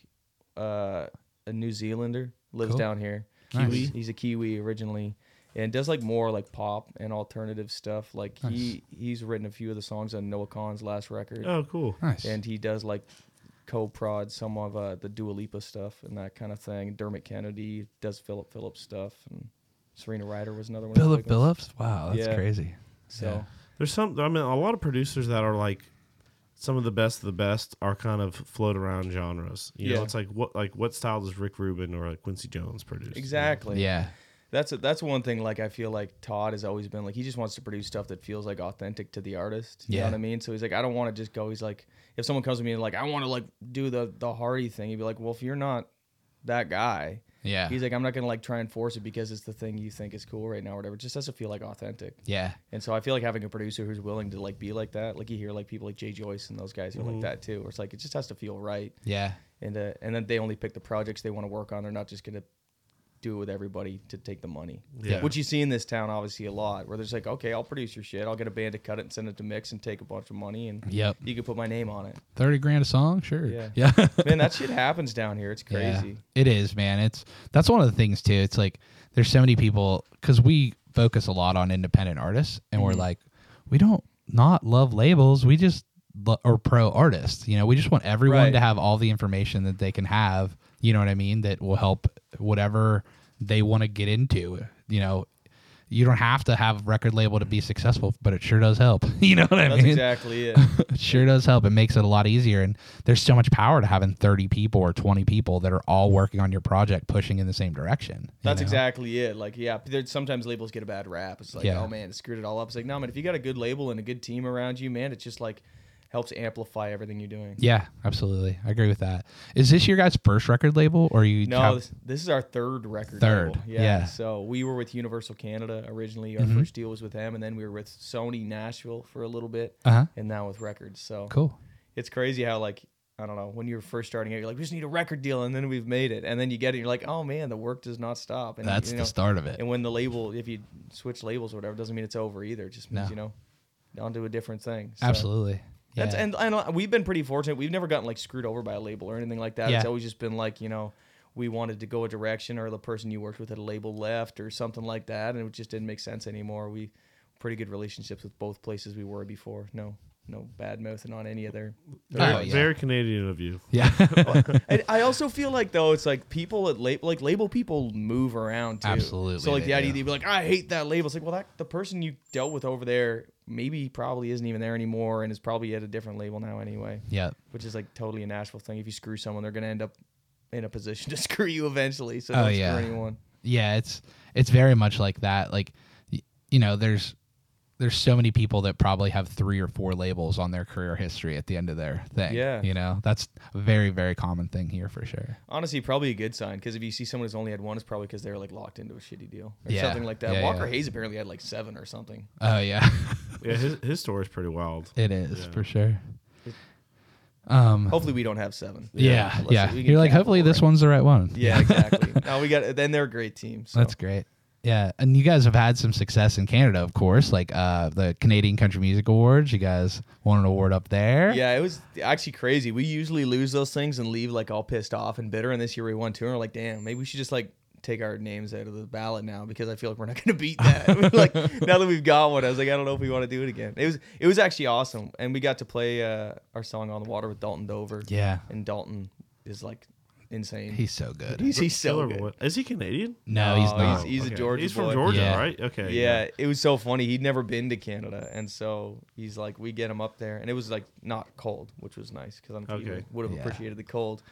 Speaker 4: uh, a New Zealander, lives
Speaker 2: Cool.
Speaker 4: down here.
Speaker 2: Nice.
Speaker 4: He's, he's a Kiwi originally, and does like more like pop and alternative stuff. Like he he's written a few of the songs on Noah Khan's last record,
Speaker 3: Oh, cool.
Speaker 2: nice.
Speaker 4: and he does like co-prod some of uh, the Dua Lipa stuff and that kind of thing. Dermot Kennedy does Philip Phillips stuff, and Serena Ryder was another one. of the
Speaker 2: Philip
Speaker 4: big ones.
Speaker 2: Phillips. Wow, that's
Speaker 4: Yeah.
Speaker 2: crazy.
Speaker 4: So.
Speaker 2: Yeah.
Speaker 3: There's some. I mean, a lot of producers that are like some of the best of the best are kind of float around genres. You
Speaker 4: Yeah.
Speaker 3: know, it's like what like what style does Rick Rubin or like Quincy Jones produce?
Speaker 4: Exactly.
Speaker 2: Yeah.
Speaker 4: That's that's one thing. Like I feel like Todd has always been like he just wants to produce stuff that feels like authentic to the artist. You
Speaker 2: Yeah.
Speaker 4: know what I mean? So he's like, I don't want to just go. He's like, if someone comes to me and like I want to like do the the Hardy thing, he'd be like, well, if you're not that guy,
Speaker 2: Yeah.
Speaker 4: he's like, I'm not gonna like try and force it because it's the thing you think is cool right now or whatever. It just doesn't feel like authentic.
Speaker 2: yeah.
Speaker 4: And so I feel like having a producer who's willing to like be like that, like you hear like people like Jay Joyce and those guys who are
Speaker 2: Mm-hmm.
Speaker 4: like that too. Where it's like it just has to feel right
Speaker 2: Yeah.
Speaker 4: and uh, and then they only pick the projects they want to work on. They're not just gonna do it with everybody to take the money.
Speaker 3: Yeah.
Speaker 4: Which you see in this town obviously a lot, where there's like, okay, I'll produce your shit. I'll get a band to cut it and send it to mix and take a bunch of money and
Speaker 2: Yep.
Speaker 4: you can put my name on it.
Speaker 2: 30 grand a song? Sure.
Speaker 4: Yeah.
Speaker 2: yeah.
Speaker 4: Man, that shit happens down here. It's crazy.
Speaker 2: Yeah, it is, man. It's that's one of the things too. It's like there's so many people because we focus a lot on independent artists, and
Speaker 4: Mm-hmm.
Speaker 2: we're like, we don't not love labels. We just lo- or pro artists. You know, we just want everyone
Speaker 4: Right.
Speaker 2: to have all the information that they can have. You know what I mean? That will help whatever they want to get into. You know. You don't have to have a record label to be successful, but it sure does help. You know what I
Speaker 4: That's
Speaker 2: mean?
Speaker 4: exactly it.
Speaker 2: It sure does help. It makes it a lot easier. And there's so much power to having 30 people or 20 people that are all working on your project, pushing in the same direction. you
Speaker 4: That's
Speaker 2: know?
Speaker 4: exactly it. Like, yeah, there's, sometimes labels get a bad rap. It's like,
Speaker 2: Yeah.
Speaker 4: oh man, it screwed it all up. It's like, no man, if you got a good label and a good team around you, man, it just like helps amplify everything you're doing.
Speaker 2: Yeah, absolutely. I agree with that. Is this your guys' first record label or you?
Speaker 4: No,
Speaker 2: have-
Speaker 4: this, this is our third record.
Speaker 2: Third,
Speaker 4: label. Yeah.
Speaker 2: yeah. Mm-hmm.
Speaker 4: So we were with Universal Canada originally. Our first deal was with them, and then we were with Sony Nashville for a little bit,
Speaker 2: Uh-huh.
Speaker 4: and now with records. So
Speaker 2: cool.
Speaker 4: it's crazy how like I don't know when you're first starting out, you're like we just need a record deal, and then we've made it, and then you get it, you're like oh man, the work does not stop. And
Speaker 2: That's
Speaker 4: you
Speaker 2: the start of it.
Speaker 4: And when the label, if you switch labels or whatever, doesn't mean it's over either. It just
Speaker 2: No.
Speaker 4: means you know onto a different thing. So-
Speaker 2: Absolutely. Yeah.
Speaker 4: that's and, and we've been pretty fortunate. We've never gotten like screwed over by a label or anything like that. It's
Speaker 2: Yeah.
Speaker 4: always just been like you know we wanted to go a direction or the person you worked with at a label left or something like that, and it just didn't make sense anymore. We pretty good relationships with both places we were before. No, no bad mouthing on any other.
Speaker 3: Very,
Speaker 2: Oh, yeah.
Speaker 3: very Canadian of you.
Speaker 2: yeah.
Speaker 4: I, I also feel like though it's like people at label like label people move around too.
Speaker 2: Absolutely,
Speaker 4: So like
Speaker 2: they
Speaker 4: the idea
Speaker 2: do.
Speaker 4: they'd be like, I hate that label. It's like, well, that the person you dealt with over there maybe probably isn't even there anymore and is probably at a different label now anyway
Speaker 2: yeah.
Speaker 4: which is like totally a Nashville thing. If you screw someone, they're gonna end up in a position to screw you eventually. So
Speaker 2: Oh,
Speaker 4: don't
Speaker 2: yeah.
Speaker 4: screw anyone.
Speaker 2: yeah it's it's very much like that like y- you know there's there's so many people that probably have three or four labels on their career history at the end of their thing
Speaker 4: Yeah.
Speaker 2: you know that's a very very common thing here for sure
Speaker 4: Honestly, probably a good sign because if you see someone who's only had one, it's probably because they were like locked into a shitty deal or
Speaker 2: Yeah.
Speaker 4: something like that.
Speaker 2: Yeah,
Speaker 4: Walker
Speaker 2: yeah.
Speaker 4: Hayes apparently had like seven or something.
Speaker 2: oh yeah
Speaker 3: Yeah, his his story's pretty wild.
Speaker 2: it is
Speaker 3: Yeah.
Speaker 2: for sure
Speaker 4: Hopefully, we don't have seven.
Speaker 2: yeah
Speaker 4: Unless
Speaker 2: yeah,
Speaker 4: we can
Speaker 2: you're like
Speaker 4: count
Speaker 2: hopefully
Speaker 4: four,
Speaker 2: this
Speaker 4: right?
Speaker 2: one's the right one
Speaker 4: Yeah, exactly. no, we got. Then they're a great team. So.
Speaker 2: That's great. Yeah, and you guys have had some success in Canada, of course, like uh, the Canadian Country Music Awards. You guys won an award up there.
Speaker 4: Yeah, it was actually crazy. We usually lose those things and leave like all pissed off and bitter. And this year we won two, and we're like, damn, maybe we should just like take our names out of the ballot now because I feel like we're not gonna beat that. like now that we've got one, I was like, I don't know if we want to do it again. It was it was actually awesome, and we got to play uh, our song on the water with Dalton Dover.
Speaker 2: Yeah.
Speaker 4: and Dalton is like insane.
Speaker 2: He's so good.
Speaker 4: he's, he's so
Speaker 3: Killer
Speaker 4: good.
Speaker 3: Boy. Is he Canadian?
Speaker 2: no, he's
Speaker 4: No,
Speaker 2: not.
Speaker 4: he's- he's a Georgia
Speaker 3: He's from
Speaker 4: boy.
Speaker 3: Georgia,
Speaker 2: Yeah.
Speaker 3: right? Okay.
Speaker 4: yeah, it was so funny. He'd never been to Canada, and so he's like, we get him up there, and it was like not cold, which was nice because I'm
Speaker 3: Okay.
Speaker 4: would have
Speaker 2: Yeah.
Speaker 4: appreciated the cold.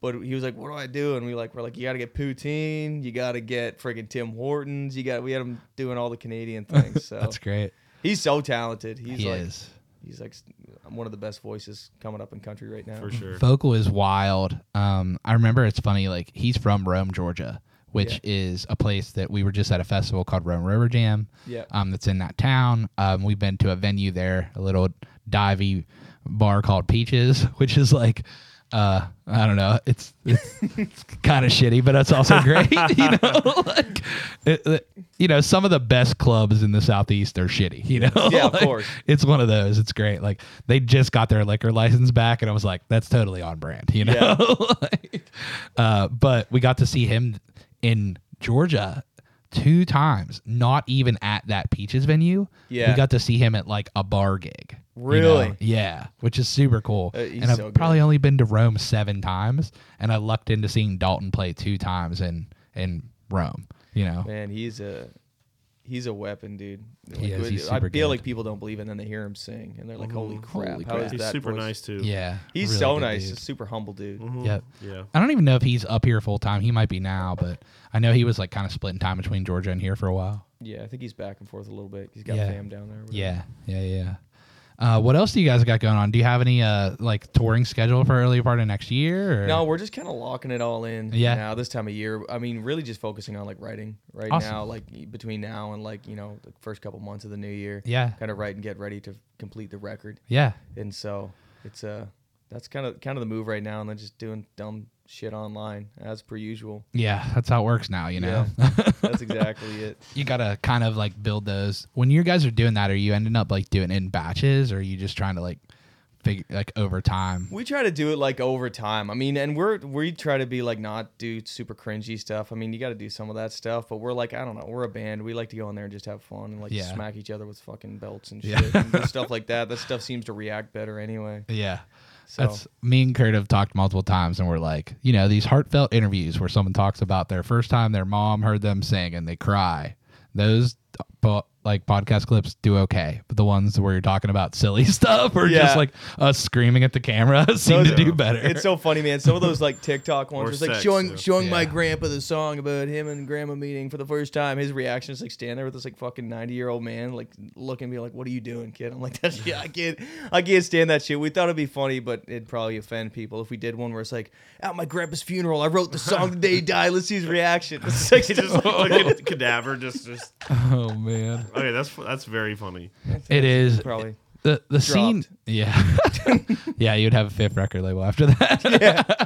Speaker 4: But he was like, "What do I do?" And we like, we're like, "You got to get poutine. You got to get freaking Tim Hortons. You got." We had him doing all the Canadian things. So
Speaker 2: That's great.
Speaker 4: he's so talented. He's
Speaker 2: he
Speaker 4: like,
Speaker 2: is.
Speaker 4: he's like s- one of the best voices coming up in country right now.
Speaker 3: For sure.
Speaker 2: Vocal is wild. Um, I remember it's funny. Like he's from Rome, Georgia, which is a place that we were just at a festival called Rome River Jam.
Speaker 4: Yeah.
Speaker 2: Um, that's in that town. Um, we've been to a venue there, a little divey bar called Peaches, which is like. Uh, I don't know. It's it's, it's kind of shitty, but it's also great. You know, like, it- it- you know, some of the best clubs in the southeast are shitty. You know,
Speaker 4: Yeah, of
Speaker 2: Like,
Speaker 4: course.
Speaker 2: it's one of those. It's great. Like they just got their liquor license back, and I was like, that's totally on brand, you know. Like, uh, but we got to see him in Georgia two times, not even at that Peaches venue.
Speaker 4: Yeah.
Speaker 2: we got to see him at like a bar gig. you know?
Speaker 4: Really?
Speaker 2: Yeah, which is super cool.
Speaker 4: Uh, he's
Speaker 2: and I've
Speaker 4: so good.
Speaker 2: probably only been to Rome seven times, and I lucked into seeing Dalton play two times in in Rome. You know,
Speaker 4: Man, he's a he's a weapon, dude.
Speaker 2: He
Speaker 4: Like,
Speaker 2: is, he's
Speaker 4: I
Speaker 2: super
Speaker 4: feel
Speaker 2: good. Mm-hmm.
Speaker 4: like people don't believe it, and then they hear him sing, and they're like, "Holy crap!
Speaker 2: holy
Speaker 4: how
Speaker 2: crap.
Speaker 4: is
Speaker 3: He's
Speaker 4: that
Speaker 3: super
Speaker 4: voice?
Speaker 3: nice too.
Speaker 2: yeah,
Speaker 4: He's
Speaker 2: really
Speaker 4: so
Speaker 2: good
Speaker 4: nice,
Speaker 2: dude. Mm-hmm.
Speaker 4: a super humble dude.
Speaker 2: Yep.
Speaker 3: Yeah.
Speaker 2: I don't even know if he's up here full time. He might be now, but I know he was like kind of splitting time between Georgia and here for a while.
Speaker 4: Yeah, I think he's back and forth a little bit. He's got
Speaker 2: Yeah.
Speaker 4: fam down there. or whatever.
Speaker 2: Yeah, yeah, yeah. Uh, what else do you guys got going on? Do you have any uh, like touring schedule for early part of next year? Or?
Speaker 4: No, we're just kind of locking it all in.
Speaker 2: Yeah.
Speaker 4: Now this time of year, I mean, really just focusing on like writing right
Speaker 2: Awesome.
Speaker 4: now, like e, between now and like you know the first couple months of the new year.
Speaker 2: Yeah.
Speaker 4: Kind of write and get ready to complete the record,
Speaker 2: Yeah.
Speaker 4: and so it's uh that's kind of kind of the move right now, and then just doing dumb shit online as per usual.
Speaker 2: Yeah, that's how it works now. You know,
Speaker 4: that's exactly it.
Speaker 2: you gotta kind of like build those. When you guys are doing that, are you ending up like doing it in batches, or are you just trying to like figure like over time?
Speaker 4: We try to do it like over time. I mean, and we're we try to be like not do super cringy stuff. I mean, you got to do some of that stuff, but we're like I don't know, we're a band. We like to go in there and just have fun and like
Speaker 2: Yeah.
Speaker 4: smack each other with fucking belts and
Speaker 2: Yeah.
Speaker 4: shit and do stuff like that. That stuff seems to react better anyway.
Speaker 2: Yeah.
Speaker 4: So-
Speaker 2: That's me and Kurt have talked multiple times, and we're like, you know, these heartfelt interviews where someone talks about their first time their mom heard them sing and they cry. Those po- like podcast clips do okay, but the ones where you're talking about silly stuff or
Speaker 4: Yeah.
Speaker 2: just like us screaming at the camera seem
Speaker 4: Those
Speaker 2: to
Speaker 4: are-
Speaker 2: do better.
Speaker 4: It's so funny, man. Some of those like TikTok ones,
Speaker 3: Or
Speaker 4: it's like
Speaker 3: sex,
Speaker 4: showing
Speaker 3: yeah.
Speaker 4: showing my
Speaker 2: Yeah.
Speaker 4: grandpa the song about him and grandma meeting for the first time. His reaction is like stand there with this like fucking ninety year old man, like looking at me like, "What are you doing, kid?" I'm like, "That shit, I can't, I can't stand that shit." We thought it'd be funny, but it'd probably offend people if we did one where it's like, "At my grandpa's funeral, I wrote the song the day he died." Let's see his reaction. It's like,
Speaker 3: He just like a cadaver. Just, just.
Speaker 2: oh man,
Speaker 3: Okay, that's that's very funny.
Speaker 2: it is
Speaker 4: probably.
Speaker 2: the the scene.
Speaker 4: Dropped.
Speaker 2: Yeah, yeah, you'd have a fifth record label after that.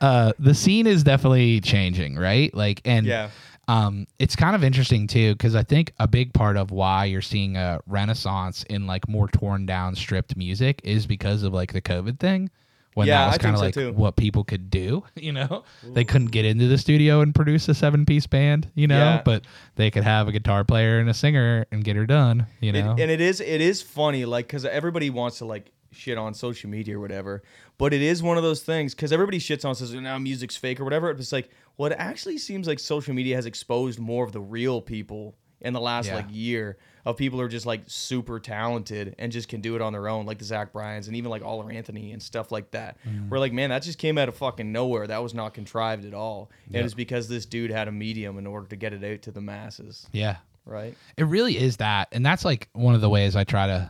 Speaker 2: uh, the scene is definitely changing, right? Like, and
Speaker 4: Yeah.
Speaker 2: um, it's kind of interesting too because I think a big part of why you're seeing a renaissance in like more torn down, stripped music is because of like the COVID thing. When
Speaker 4: Yeah,
Speaker 2: that was
Speaker 4: I
Speaker 2: kind of like
Speaker 4: think so, too.
Speaker 2: what people could do, you know, they couldn't get into the studio and produce a seven-piece band, you know,
Speaker 4: Yeah.
Speaker 2: but they could have a guitar player and a singer and get her done, you
Speaker 4: It-
Speaker 2: know.
Speaker 4: and it is it is funny, like because everybody wants to like shit on social media or whatever, but it is one of those things because everybody shits on says "Oh, now music's fake or whatever. It's like well, it actually seems like social media has exposed more of the real people in the last
Speaker 2: Yeah.
Speaker 4: like year of people who are just like super talented and just can do it on their own, like the Zach Bryans and even like Oliver Anthony and stuff like that.
Speaker 2: Mm-hmm.
Speaker 4: We're like, man, that just came out of fucking nowhere. That was not contrived at all. And it's because this dude had a medium in order to get it out to the masses,
Speaker 2: yeah.
Speaker 4: right?
Speaker 2: It really is that. And that's like one of the ways I try to,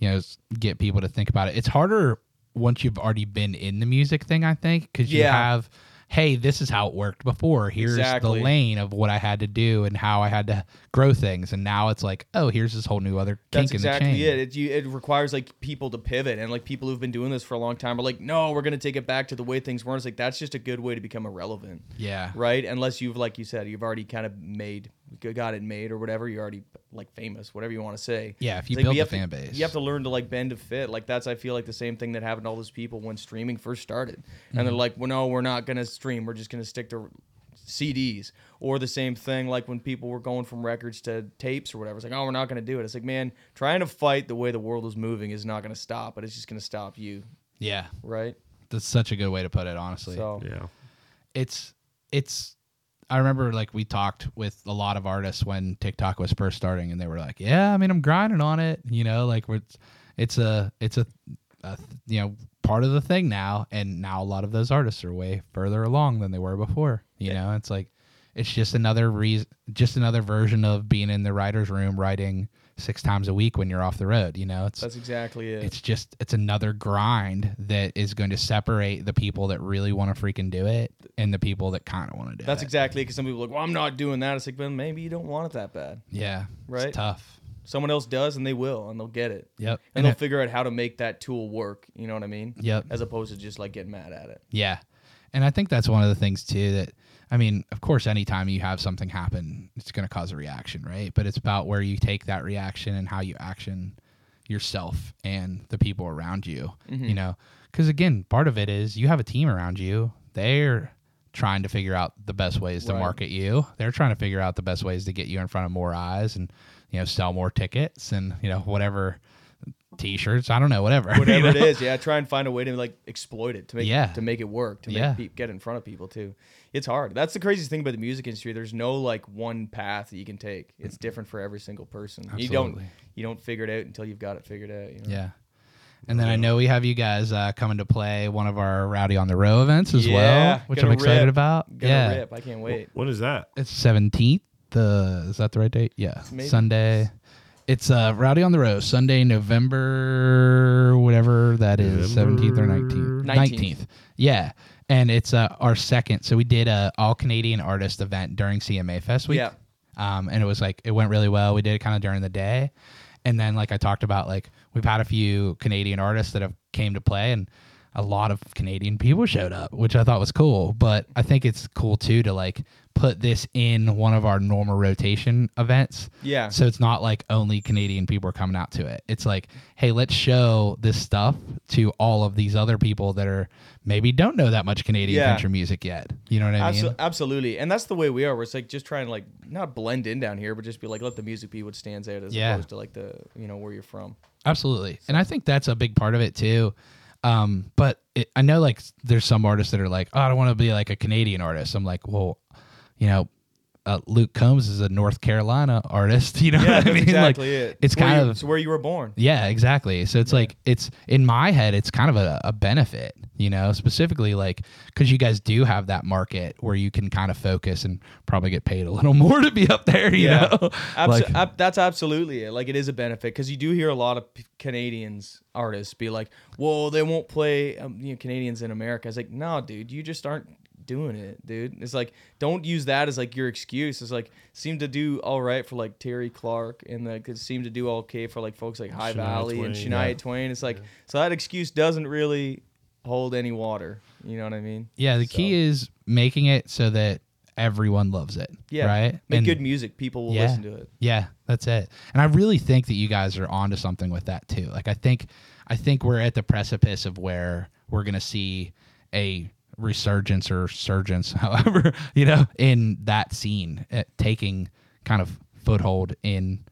Speaker 2: you know, s- get people to think about it. It's harder once you've already been in the music thing, I think, because you
Speaker 4: Yeah.
Speaker 2: have, hey, this is how it worked before. Here's
Speaker 4: Exactly.
Speaker 2: the lane of what I had to do and how I had to grow things. And now it's like, oh, here's this whole new other kink
Speaker 4: That's
Speaker 2: in
Speaker 4: exactly
Speaker 2: the chain.
Speaker 4: it. It, you, it requires like people to pivot, and like people who've been doing this for a long time are like, no, we're gonna take it back to the way things were. It's like that's just a good way to become irrelevant,
Speaker 2: Yeah.
Speaker 4: right? Unless you've, like you said, you've already kind of made, got it made or whatever. You're already like famous, whatever you want to say.
Speaker 2: Yeah, if you
Speaker 4: It's
Speaker 2: build
Speaker 4: we
Speaker 2: the
Speaker 4: have to-
Speaker 2: fan base.
Speaker 4: you have to learn to like bend to fit. Like that's I feel like the same thing that happened to all those people when streaming first started, and
Speaker 2: Mm-hmm.
Speaker 4: they're like, well, no, we're not gonna stream. We're just gonna stick to CDs. Or the same thing like when people were going from records to tapes or whatever. It's like, oh, we're not gonna do it. It's like, man, trying to fight the way the world is moving is not gonna stop, but it's just gonna stop you,
Speaker 2: Yeah.
Speaker 4: right?
Speaker 2: That's such a good way to put it, honestly.
Speaker 4: So
Speaker 3: Yeah.
Speaker 2: it's it's I remember like we talked with a lot of artists when TikTok was first starting, and they were like, "Yeah, I mean, I'm grinding on it. You know, like we're it's a it's a, a th- you know part of the thing now, and now a lot of those artists are way further along than they were before. You know, it's like it's just another reason, just another version of being in the writer's room writing six times a week when you're off the road. You know, it's
Speaker 4: That's exactly it.
Speaker 2: it's just it's another grind that is going to separate the people that really want to freaking do it and the people that kind of want to do
Speaker 4: That's
Speaker 2: it.
Speaker 4: exactly because some people are like, well, I'm not doing that. It's like, well, maybe you don't want it that bad.
Speaker 2: yeah,
Speaker 4: Right.
Speaker 2: It's tough.
Speaker 4: Someone else does, and they will, and they'll get it,
Speaker 2: Yep.
Speaker 4: and
Speaker 2: And
Speaker 4: they'll
Speaker 2: it-
Speaker 4: figure out how to make that tool work. You know what I mean?
Speaker 2: Yep.
Speaker 4: As opposed to just like getting mad at it.
Speaker 2: yeah, and I think that's one of the things too that I mean, of course, anytime you have something happen, it's going to cause a reaction, right? But it's about where you take that reaction and how you action yourself and the people around you.
Speaker 4: Mm-hmm.
Speaker 2: You know, because again, part of it is you have a team around you. They're trying to figure out the best ways to
Speaker 4: Right.
Speaker 2: market. market you. They're trying to figure out the best ways to get you in front of more eyes and you know sell more tickets and you know whatever t-shirts. I don't know whatever. you
Speaker 4: Whatever
Speaker 2: know?
Speaker 4: it is, yeah. Try and find a way to like exploit it to make
Speaker 2: Yeah.
Speaker 4: to make it work to make
Speaker 2: Yeah.
Speaker 4: pe- get in front of people too. It's hard. That's the craziest thing about the music industry. There's no like one path that you can take. It's different for every single person. You don't
Speaker 2: Absolutely.
Speaker 4: you don't figure it out until you've got it figured out. You know?
Speaker 2: Yeah. And then I know we have you guys uh, coming to play one of our Rowdy on the Row events as well,
Speaker 4: Yeah,
Speaker 2: which I'm
Speaker 4: gonna
Speaker 2: excited
Speaker 4: rip.
Speaker 2: about.
Speaker 4: Gonna
Speaker 2: yeah.
Speaker 4: rip. I can't wait.
Speaker 3: What is that?
Speaker 2: It's 17th. The is that the right date? Yeah.
Speaker 4: Maybe.
Speaker 2: Sunday. It's uh, Rowdy on the Row, Sunday, November, whatever that is, seventeenth or nineteenth.
Speaker 4: 19th.
Speaker 2: yeah. And it's uh, our second. So we did a all Canadian artist event during CMA Fest week.
Speaker 4: Yeah.
Speaker 2: Um, and it was like it went really well. We did it kind of during the day, and then like I talked about, like we've had a few Canadian artists that have came to play, and a lot of Canadian people showed up, which I thought was cool. But I think it's cool too to like put this in one of our normal rotation events.
Speaker 4: Yeah.
Speaker 2: So it's not like only Canadian people are coming out to it. It's like, hey, let's show this stuff to all of these other people that are maybe don't know that much Canadian
Speaker 4: Yeah.
Speaker 2: country music yet. You know what I mean?
Speaker 4: Absol- absolutely, and that's the way we are. We're just, like just trying to like not blend in down here, but just be like let the music be what stands out as
Speaker 2: Yeah.
Speaker 4: opposed to like the you know where you're from.
Speaker 2: Absolutely. And I think that's a big part of it too. Um, but it, I know like there's some artists that are like, oh, I don't want to be like a Canadian artist. I'm like, well, you know, uh, Luke Combs is a North Carolina artist. You know
Speaker 4: Yeah,
Speaker 2: what
Speaker 4: that's
Speaker 2: I mean?
Speaker 4: exactly
Speaker 2: like,
Speaker 4: it.
Speaker 2: It's
Speaker 4: where
Speaker 2: kind
Speaker 4: you-
Speaker 2: of
Speaker 4: it's where you were born.
Speaker 2: yeah, exactly. So it's like it's in my head, it's kind of a, a benefit, you know, specifically like because you guys do have that market where you can kind of focus and probably get paid a little more to be up there, you
Speaker 4: Yeah.
Speaker 2: know.
Speaker 4: Abso-
Speaker 2: Like-
Speaker 4: ab- that's absolutely it. Like it is a benefit because you do hear a lot of p- Canadians artists be like, "Well, they won't play um, you know, Canadians in America." It's like, no, dude, you just aren't doing it, dude. It's like, don't use that as like your excuse. It's like, seem to do all right for like Terry Clark and like it seemed to do okay for like folks like High
Speaker 3: Shania
Speaker 4: Valley and
Speaker 3: Twain,
Speaker 4: Shania
Speaker 3: yeah.
Speaker 4: Twain. It's like, so that excuse doesn't really hold any water. You know what I mean?
Speaker 2: Yeah, the key
Speaker 4: So-
Speaker 2: is making it so that everyone loves it.
Speaker 4: yeah,
Speaker 2: Right?
Speaker 4: Make
Speaker 2: And-
Speaker 4: good music, people will
Speaker 2: yeah,
Speaker 4: listen to it.
Speaker 2: Yeah, that's it. And I really think that you guys are onto something with that too. Like I think I think we're at the precipice of where we're gonna see a resurgence or surgence, however, you know, in that scene uh, taking kind of foothold in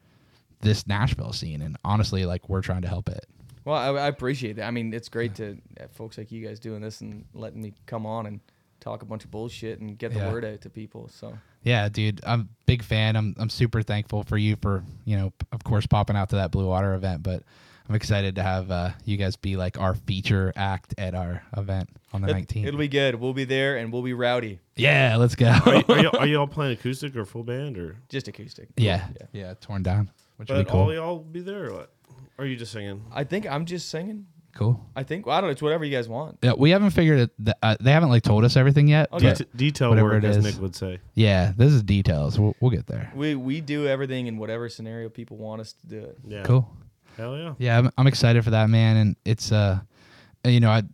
Speaker 2: this Nashville scene. And honestly, like we're trying to help it.
Speaker 4: Well, I, I appreciate that. I mean, it's great to uh, folks like you guys doing this and letting me come on and talk a bunch of bullshit and get the
Speaker 2: Yeah.
Speaker 4: word out to people. So
Speaker 2: Yeah, dude, I'm a big fan. I'm I'm super thankful for you for you know, p- of course, popping out to that Blue Water event. But I'm excited to have uh, you guys be like our feature act at our event on the
Speaker 4: it,
Speaker 2: 19th.
Speaker 4: will be good. We'll be there and we'll be rowdy,
Speaker 2: yeah, let's go.
Speaker 3: Are, y- are, y- are y'all playing acoustic or full band or?
Speaker 4: just acoustic.
Speaker 2: yeah, yeah, torn down, which would
Speaker 3: But
Speaker 2: be cool.
Speaker 3: all y'all be there or what? Or are you just singing?
Speaker 4: I think I'm just singing.
Speaker 2: cool.
Speaker 4: I think well, I don't. know. It's whatever you guys want.
Speaker 2: Yeah, we haven't figured it. Th- uh, they haven't like told us everything yet.
Speaker 4: Okay.
Speaker 2: but
Speaker 3: Det- detail
Speaker 2: Whatever
Speaker 3: work,
Speaker 2: it
Speaker 3: as
Speaker 2: is.
Speaker 3: Nick would say.
Speaker 2: yeah, this is details. We'll, we'll get there.
Speaker 4: We we do everything in whatever scenario people want us to do it.
Speaker 3: Yeah.
Speaker 2: Cool.
Speaker 3: Hell yeah.
Speaker 2: Yeah, I'm, I'm excited for that, man. And it's uh, you know, I've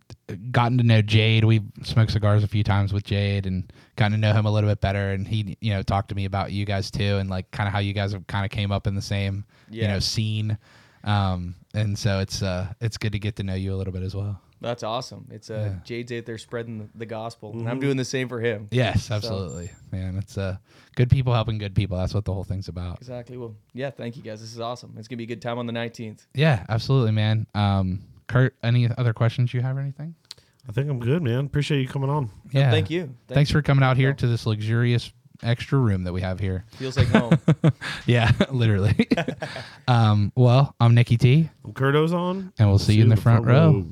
Speaker 2: gotten to know Jade. We've smoked cigars a few times with Jade and gotten to know him a little bit better. And he, you know, talked to me about you guys too, and like kind of how you guys have kind of came up in the same, you
Speaker 4: Yeah.
Speaker 2: know, scene. Um, and so it's uh, it's good to get to know you a little bit as well.
Speaker 4: That's awesome. It's uh,
Speaker 2: Yeah.
Speaker 4: Jade's out there spreading the, the gospel, and I'm doing the same for him.
Speaker 2: Yes, absolutely, man. It's uh, good people helping good people. That's what the whole thing's about.
Speaker 4: Exactly. Well, yeah. Thank you guys. This is awesome. It's gonna be a good time on the 19th.
Speaker 2: Yeah, absolutely, man. Um, Kurt, any other questions you have or anything?
Speaker 3: I think I'm good, man. Appreciate you coming on.
Speaker 2: Yeah.
Speaker 4: Thank you. Thank
Speaker 2: Thanks
Speaker 4: you.
Speaker 2: for coming out here to this luxurious extra room that we have here.
Speaker 4: Feels like home.
Speaker 2: Yeah, literally. um, well, I'm Nikki T,
Speaker 3: I'm Kurt Ozon.
Speaker 2: and we'll see you in the front row.